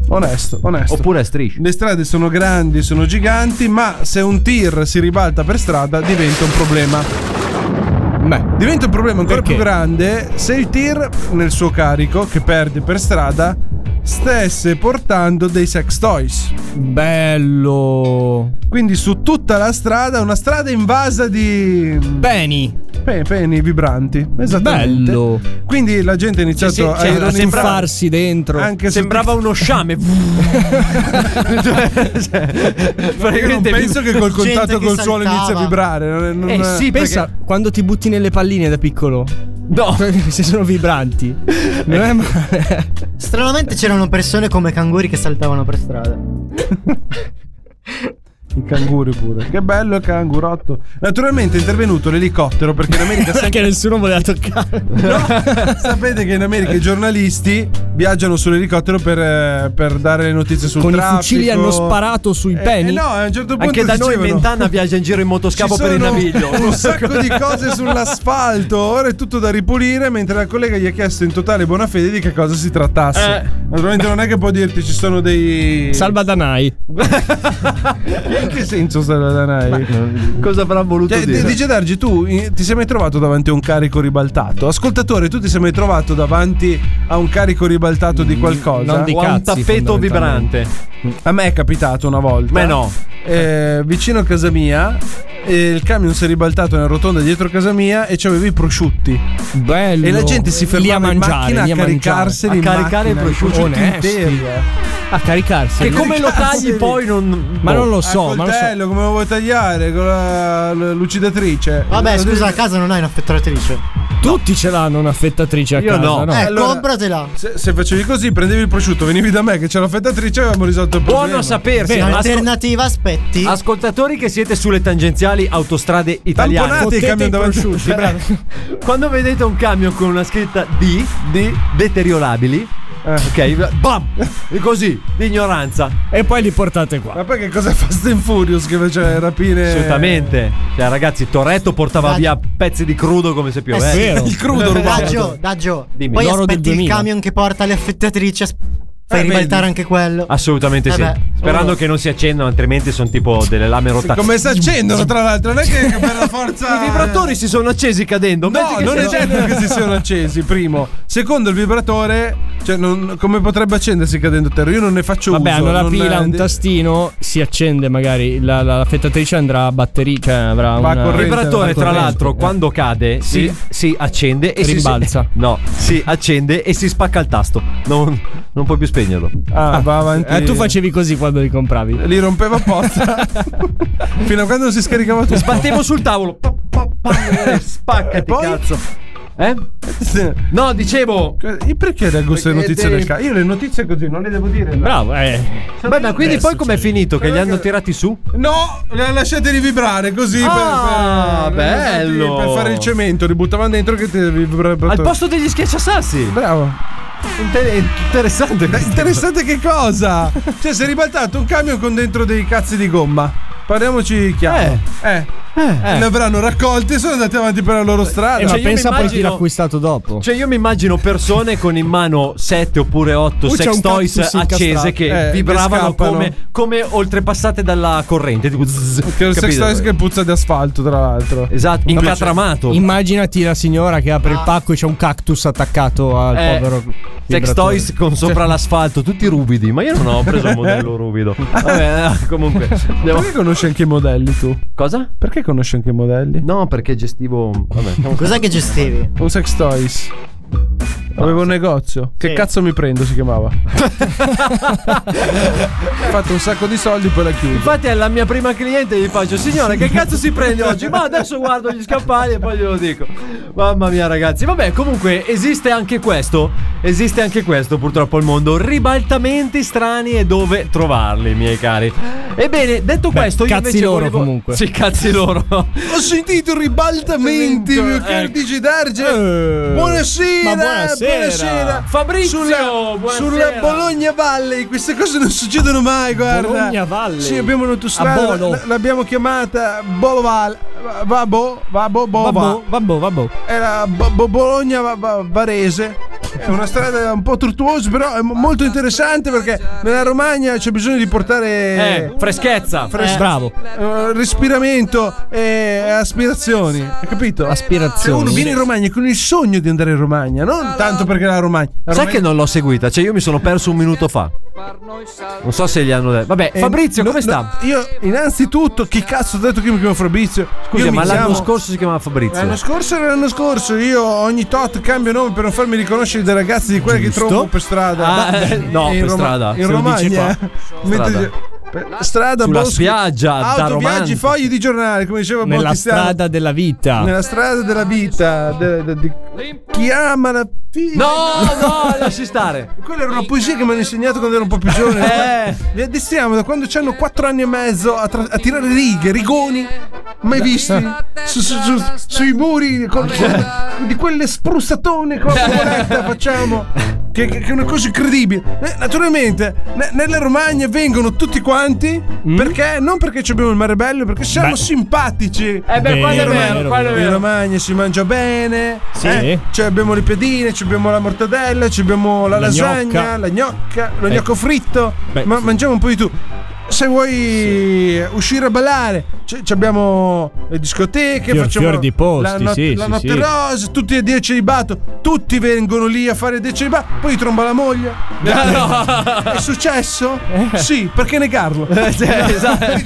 Onesto, onesto. Oppure strisce. Le strade sono grandi, sono giganti, ma se un tir si ribalta per strada diventa un problema. diventa un problema ancora più grande se il tir nel suo carico che perde per strada stesse portando dei sex toys. Bello. Quindi su tutta la strada, una strada invasa di peni. Pe- peni vibranti. Esattamente. Bello. Quindi la gente ha iniziato Sì, sì, a cioè, ironizzare. tuffarsi dentro. Anche su- Sembrava uno sciame. Cioè, non penso che col Gente contatto che col suolo saltava. inizia a vibrare. Non è- non eh è- sì, pensa quando ti butti nelle palline da piccolo. No, se sono vibranti. Non è male. Stranamente c'erano persone come canguri che saltavano per strada. Il canguro pure. Che bello il cangurotto. Naturalmente è intervenuto l'elicottero perché in America Perché nessuno voleva toccare. sapete che in America i giornalisti viaggiano sull'elicottero per, eh, per dare le notizie sul Con i traffico. fucili hanno sparato sui Eh, peni. eh no, a un certo punto Anche da noi dicevano- Mentana viaggia in giro in motoscafo Ci per il sono naviglio. Un sacco di cose sull'asfalto. Ora è tutto da ripulire. Mentre la collega gli ha chiesto in totale buona fede di che cosa si trattasse. Eh. Naturalmente non è che può dirti ci sono dei. Salva Danai. In che senso Salva Danai? Cosa avrà voluto Cioè, dire? d- Dice Dargi, tu eh, ti sei mai trovato davanti a un carico ribaltato? Ascoltatore, tu ti sei mai trovato davanti a un carico ribaltato Mm, di qualcosa? non di O a un cazzi, tappeto fondamentalmente. vibrante? A me è capitato una volta. Me no. Eh, vicino a casa mia, eh, il camion si è ribaltato nella rotonda dietro casa mia e c'aveva i prosciutti. Bello. E la gente si Lì a fermava in mangiare, macchina lì a a mangiare. caricarseli A in caricare i macchina, prosciutti onesti. interi, eh. A caricarsi. Che come lo tagli poi non. boh. Ma non lo so, Col ma lo so. coltello, come lo vuoi tagliare? Con la l- lucidatrice. Vabbè, Lo scusa, a devi- casa non hai un'affettatrice. Tutti ce l'hanno un'affettatrice a Io casa. no. no? Eh, Allora- compratela. Se, se facevi così, prendevi il prosciutto, venivi da me che c'è l'affettatrice e avevamo risolto il problema. Buono sapersi. Vero. Alternativa, aspetti. Ascoltatori che siete sulle tangenziali autostrade italiane. Tamponate i Fottete camion i davanti. prosciutti, bravo. Quando vedete un camion con una scritta D di deteriorabili, Eh. ok, bam! E così, di ignoranza. Eh. E poi li portate qua. Ma poi che cosa fa Sten Furious che faceva rapine? Assolutamente. Cioè, ragazzi, Toretto portava Dai. via pezzi di crudo come se piovesse. Il crudo Daggio, Daggio. Dimmi. Poi L'oro del aspetti il 2000. camion che porta le affettatrici. as- Fai Eh, ribaltare vedi. anche quello. Assolutamente Eh sì. beh. Sperando che non si accendano, altrimenti sono tipo delle lame rotate. Come si accendono, tra l'altro? Non è che per la forza. I vibratori si sono accesi cadendo. No, non è detto che si siano accesi, primo. Secondo, il vibratore, cioè, non- come potrebbe accendersi cadendo a terra? Io non ne faccio Vabbè, uso. hanno la non- pila, un tastino, si accende magari. La, la affettatrice andrà a batteria, cioè avrà Ma una. il vibratore, una tra corrente. l'altro, quando cade, si, si accende e Rimbalza. si. No, si accende e si spacca il tasto. Non, non puoi più spegnerlo. Ah, va avanti. Eh, tu facevi così quando li compravi. Li rompeva apposta. Fino a quando non si scaricava tutto. Sbattevo sul tavolo. Pa, pa, pa, eh, Spaccati, cazzo. Eh? No, dicevo. E perché dal gusto le notizie del cazzo? Io le notizie così non le devo dire. no. Bravo, eh. Beh, ma quindi poi com'è finito? Che li hanno tirati su? No, la- lasciateli vibrare così Ah, per, per, bello. per fare il cemento, li buttavano dentro che ti Al posto degli schiacciasassi. Bravo. Inter- interessante. Dai, Interessante che cosa? cioè, si è ribaltato un camion con dentro dei cazzi di gomma. Parliamoci chiaro. Eh. Eh. Ne avranno raccolti e sono andati avanti per la loro strada. Eh, ma Cioè, io pensa mi poi chi immagino- l'ha acquistato dopo. Cioè, io mi immagino persone con in mano 7 oppure 8 Poi c'è sex un toys cactus accese incastrato. che Eh, che vibravano scappano. come, come oltrepassate dalla corrente. Tipo, zzz, Che è un sex capito? toys che puzza di asfalto, tra l'altro. Esatto, Una cioè, incatramato. Immaginati la signora che apre il pacco e c'è un cactus attaccato al Eh, povero. Sex vibratore. toys con sopra l'asfalto, tutti ruvidi. Ma io non ho preso il modello ruvido. Vabbè, eh, comunque. Ma devo- Perché conosci anche i modelli tu? Cosa? Perché conosci anche i modelli? No, perché gestivo. Vabbè, Cos'è che gestivi? Un sex toys. Avevo un negozio. Che Sì. cazzo mi prendo? Si chiamava. Ho fatto un sacco di soldi, poi la chiudo. Infatti alla mia prima cliente gli faccio Signore che cazzo si prende oggi? Ma adesso guardo gli scaffali e poi glielo dico Mamma mia ragazzi Vabbè comunque esiste anche questo Esiste anche questo purtroppo al mondo Ribaltamenti strani e dove trovarli miei cari Ebbene detto questo io cazzi invece loro volevo- comunque. Sì cazzi loro Ho sentito ribaltamenti, mio caro Digi Darge. Buonasera, ecco. Eh. Ma buonasera. buonasera. Fabrizio, sulla, buonasera. sulla Bologna Valley, queste cose non succedono mai, guarda. Bologna Valley. Sì, abbiamo A un'autostrada, Bolo. l- l'abbiamo chiamata Bolo Valley. Vabo, vabo, boba. Vabbò, vabbò, vabbò Era Bo- Bo- Bologna Va- Va- Varese. Eh. È una strada un po' tortuosa, però è mo- molto interessante perché nella Romagna c'è bisogno di portare Eh, freschezza Fres- eh, respiramento e aspirazioni. Hai capito? Aspirazioni. uno viene in Romagna con il sogno di andare in Romagna, non tanto perché la Romagna. La Sai Romagna- che non l'ho seguita? Cioè io mi sono perso un minuto fa Non so se gli hanno detto Vabbè Eh, Fabrizio no, come sta? no, io, innanzitutto, chi cazzo ha detto che io mi chiamo Fabrizio? Scusa, Io ma mi l'anno chiamo- scorso si chiamava Fabrizio. L'anno scorso era l'anno scorso, io ogni tot cambio nome per non farmi riconoscere dai ragazzi di quelle che Giusto. trovo per strada. Ah, Ma- eh, no, in per Roma- strada. In Se lo dici Romagna. qua. Mentre- Strada. per- strada, Sulla boschi, spiaggia, da auto, viaggi, romantico. fogli di giornale, come diceva Nella Battistiano. strada della vita. Nella strada della vita. de- de- di- chi ama la figlia. No, no, lasci stare. Quella era una poesia che mi hanno insegnato quando ero un po' più giovane. Eh. Li addestriamo da quando hanno 4 anni e mezzo a, tra- a tirare righe, rigoni. Mai visti Su- su- su- sui muri con con- di quelle spruzzatone con la lavoretta facciamo. Che, che- che è una cosa incredibile. Eh, Naturalmente, ne- nella Romagna vengono tutti quanti. Perché? Non perché ci abbiamo il mare bello, perché siamo Mm. Beh. simpatici. Eh beh, quello è In vero, Romagna- quello è vero. In Romagna si mangia bene. Sì. eh, cioè abbiamo le piadine, ci abbiamo la mortadella, ci abbiamo la, La lasagna, gnocca. la gnocca, lo Eh. gnocco fritto. Beh, ma sì. mangiamo un po' di tu. Se vuoi uscire a ballare, c- ci abbiamo le discoteche, Fior- facciamo fior di posti, la, not- sì, la sì, notte sì. rosa, tutti a 10 di bato, tutti vengono lì a fare 10 di bato, poi tromba la moglie. È successo? Eh. Sì, perché negarlo? Giusto, abbiamo visto Cioè, esatto. Eh,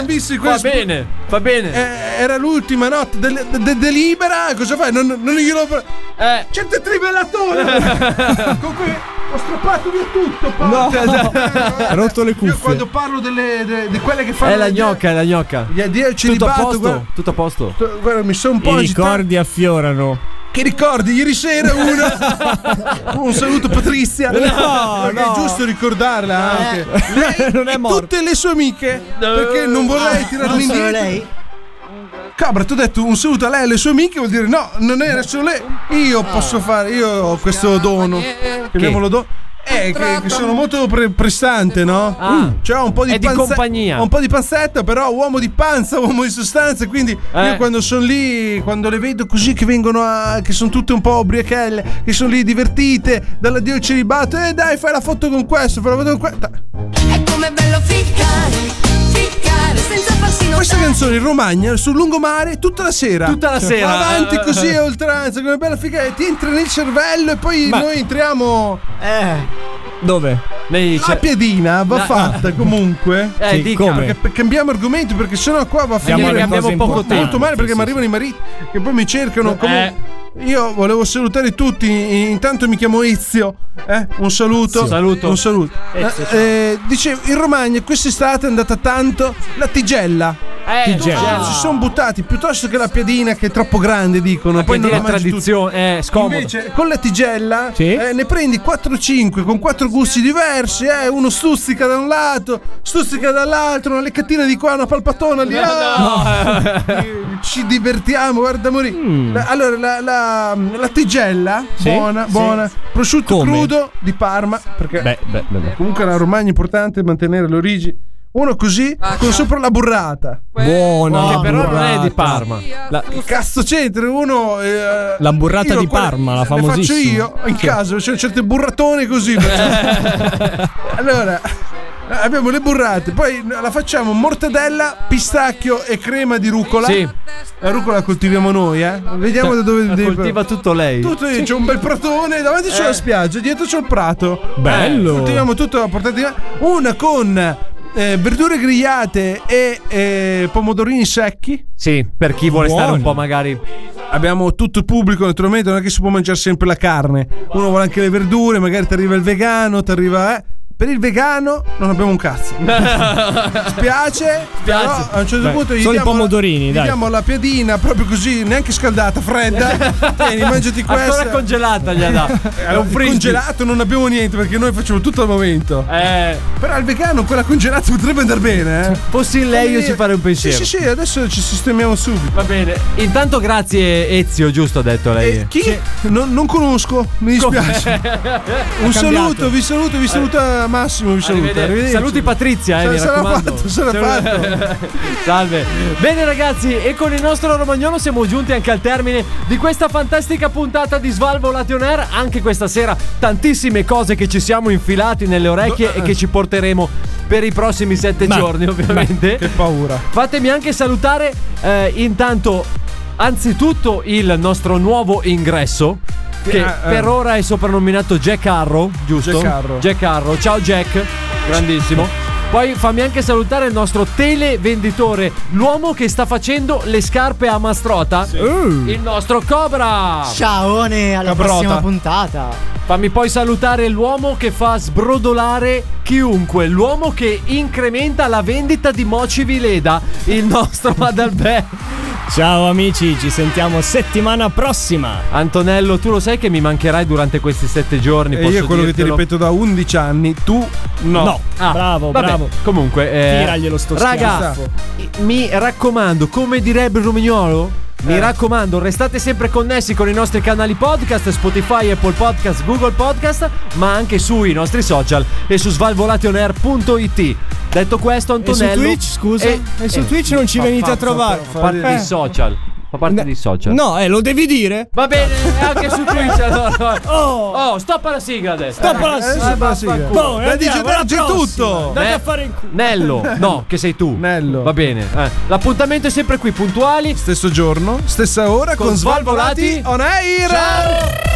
Va questo- bene, va bene. eh, era l'ultima notte del- de- de- delibera. Cosa fai? Non, non glielo. Eh. Certe trivellatore con cui ho strappato via tutto. porca. Ha rotto le Io quando parlo delle, de- di quelle che fanno. È la gli- gnocca, è la gnocca. Gli addio ci Tutto a ribatto, posto? guarda. Tutto a posto. t- Guarda, mi sono un po' I agitato. ricordi affiorano. Che ricordi? Ieri sera una. un saluto Patrizia. No, Perché no. Eh, È giusto ricordarla anche. Lei non è e morta. tutte le sue amiche. Perché non vorrei Ah, tirarmi non solo indietro. lei? Cabra, ti ho detto un saluto a lei e alle sue amiche vuol dire no, non era solo lei. Io posso fare, io ho questo dono. Chiamiamolo dono. Eh, che, che sono molto pre- prestante, no? Ah. cioè ho un po' di È di panze- compagnia. ho un po' di panzetta, però uomo di panza, uomo di sostanze. Quindi Eh. io quando sono lì, quando le vedo così che vengono a. che sono tutte un po' ubriachelle, che sono lì divertite, dall'addio al celibato, eh dai, fai la foto con questo, fai la foto con questo. È come bello ficcare, ficcare senza farsi notare. Questa canzone in Romagna, sul lungomare, tutta la sera. Tutta la Cioè, sera. va Avanti così a oltranza, come bella figa. e Ti entra nel cervello e poi Ma- noi entriamo. Eh. Dove? Lei La piadina va No. fatta comunque. Cioè Eh, Sì, dica. come? Perché pe- cambiamo argomento perché sennò qua va a Siamo finire alle cose abbiamo poco importanti, molto male perché sì, Eh. mi arrivano i mariti che poi mi cercano. Comunque, io volevo salutare tutti. Intanto mi chiamo Ezio. eh, Un saluto. Ezio. Saluto. Un saluto. Ezio, Eh, ciao. eh, dicevo, in Romagna quest'estate è andata tanto la tigella. Eh, Tigella. Tutti Si sono buttati piuttosto che la piadina che è troppo grande, dicono. La poi non la piadina è mangi tradizione- eh, tutti. è scomoda. Invece, con la tigella eh, ne prendi 4-5 con 4 gusti diversi, eh, uno stuzzica da un lato, stuzzica dall'altro, una leccatina di qua, una palpatona di là. Eh, Ci divertiamo, guarda morì. La- Allora, la, la, la tigella, Mm. Sì, buona, sì. buona, prosciutto Come? crudo di Parma, perché Beh, beh, beh, beh. comunque la Romagna è importante mantenere le origini. Uno così, con sopra la burrata. Buona. Che però non è di Parma. La, Che cazzo c'entra? Uno. eh, La burrata io di quella- Parma, la le faccio famosissima. io in casa, c'è certe burratone così. faccio. allora. Abbiamo le burrate, poi la facciamo mortadella, pistacchio e crema di rucola. Sì. La rucola la coltiviamo noi, eh. Vediamo da dove La coltiva tutto lei. Tutto io, c'è un bel pratone, davanti c'è Eh. la spiaggia, dietro c'è il prato. Bello. Eh, coltiviamo tutto a portata di mano. Una con eh, verdure grigliate e eh, pomodorini secchi. Sì, per chi vuole stare un po' magari Ah, abbiamo tutto il pubblico naturalmente, non è che si può mangiare sempre la carne. Uno vuole anche le verdure, magari ti arriva il vegano, ti arriva eh. Per il vegano non abbiamo un cazzo. Spiace, però a un certo Beh, punto gli sono i diamo la- pomodorini, gli dai. diamo la piadina proprio così, neanche scaldata, fredda. Tieni, mangiati Ancora questa. congelata gli ha dato. È un frisbee. Congelato non abbiamo niente perché noi facciamo tutto al momento. Però al vegano quella congelata potrebbe andare bene, eh. Eh, Fossi in lei, io ci farei un pensiero. Sì, sì, sì, adesso ci sistemiamo subito. Va bene. Intanto grazie Ezio, giusto ha detto lei. Chi? Non, non conosco, mi dispiace. Un saluto, vi saluto, vi saluta Massimo, vi saluta. Arrivederci. Saluti Patrizia, eh, mi sarà raccomando. fatto, sarà Saluta- Salve. Bene ragazzi, e con il nostro romagnolo siamo giunti anche al termine di questa fantastica puntata di Svalvo Lation Air. Anche questa sera tantissime cose che ci siamo infilati nelle orecchie e che ci porteremo per i prossimi sette giorni, ovviamente. che paura. Fatemi anche salutare eh, intanto anzitutto il nostro nuovo ingresso che Eh, eh. per ora è soprannominato Jack Arrow, giusto? Jack Arrow. Jack Arrow. Ciao Jack, grandissimo. Poi fammi anche salutare il nostro televenditore, l'uomo che sta facendo le scarpe a Mastrota, Uh. il nostro Cobra. Ciaone, alla Cabrota. prossima puntata. Fammi poi salutare l'uomo che fa sbrodolare chiunque, l'uomo che incrementa la vendita di Moci Vileda, il nostro Adalbè. Ciao amici, ci sentiamo settimana prossima. Antonello, tu lo sai che mi mancherai durante questi sette giorni. E io quello che ti ripeto da 11 anni, tu no. No. Ah, bravo, vabbè. bravo. Comunque, eh, Tiraglielo sto raga, schiaffo. mi raccomando, come direbbe il Romignolo? Eh. Mi raccomando, restate sempre connessi con i nostri canali podcast, Spotify, Apple Podcast, Google Podcast, ma anche sui nostri social e su svalvolationair.it. Detto questo, Antonello. Twitch, scusa? E su Twitch non ci Eh, fa venite a parte- trovare. Fa parte Eh. di social. Fa parte di social. No, eh, lo devi dire. Va bene, anche su Twitch allora. Oh, stoppa la sigla adesso. Stoppa la sigla. Eh, vaffanculo. Boh, eh, andiamo, alla prossima. Andate Ne- a fare in culo. Nello, no, che sei tu. Nello. Va bene. eh. L'appuntamento è sempre qui, puntuali. Stesso giorno, stessa ora con, Con Svalvolati Svalvolati on air. Ciao.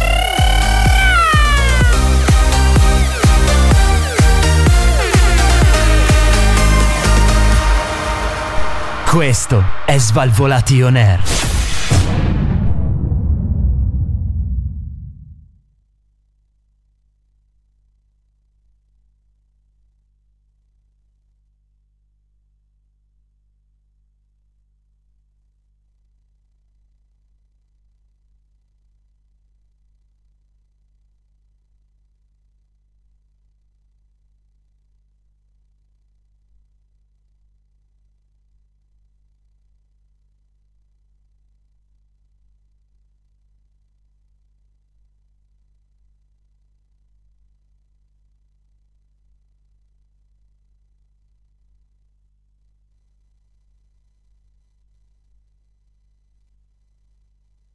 Questo è Svalvolation Air.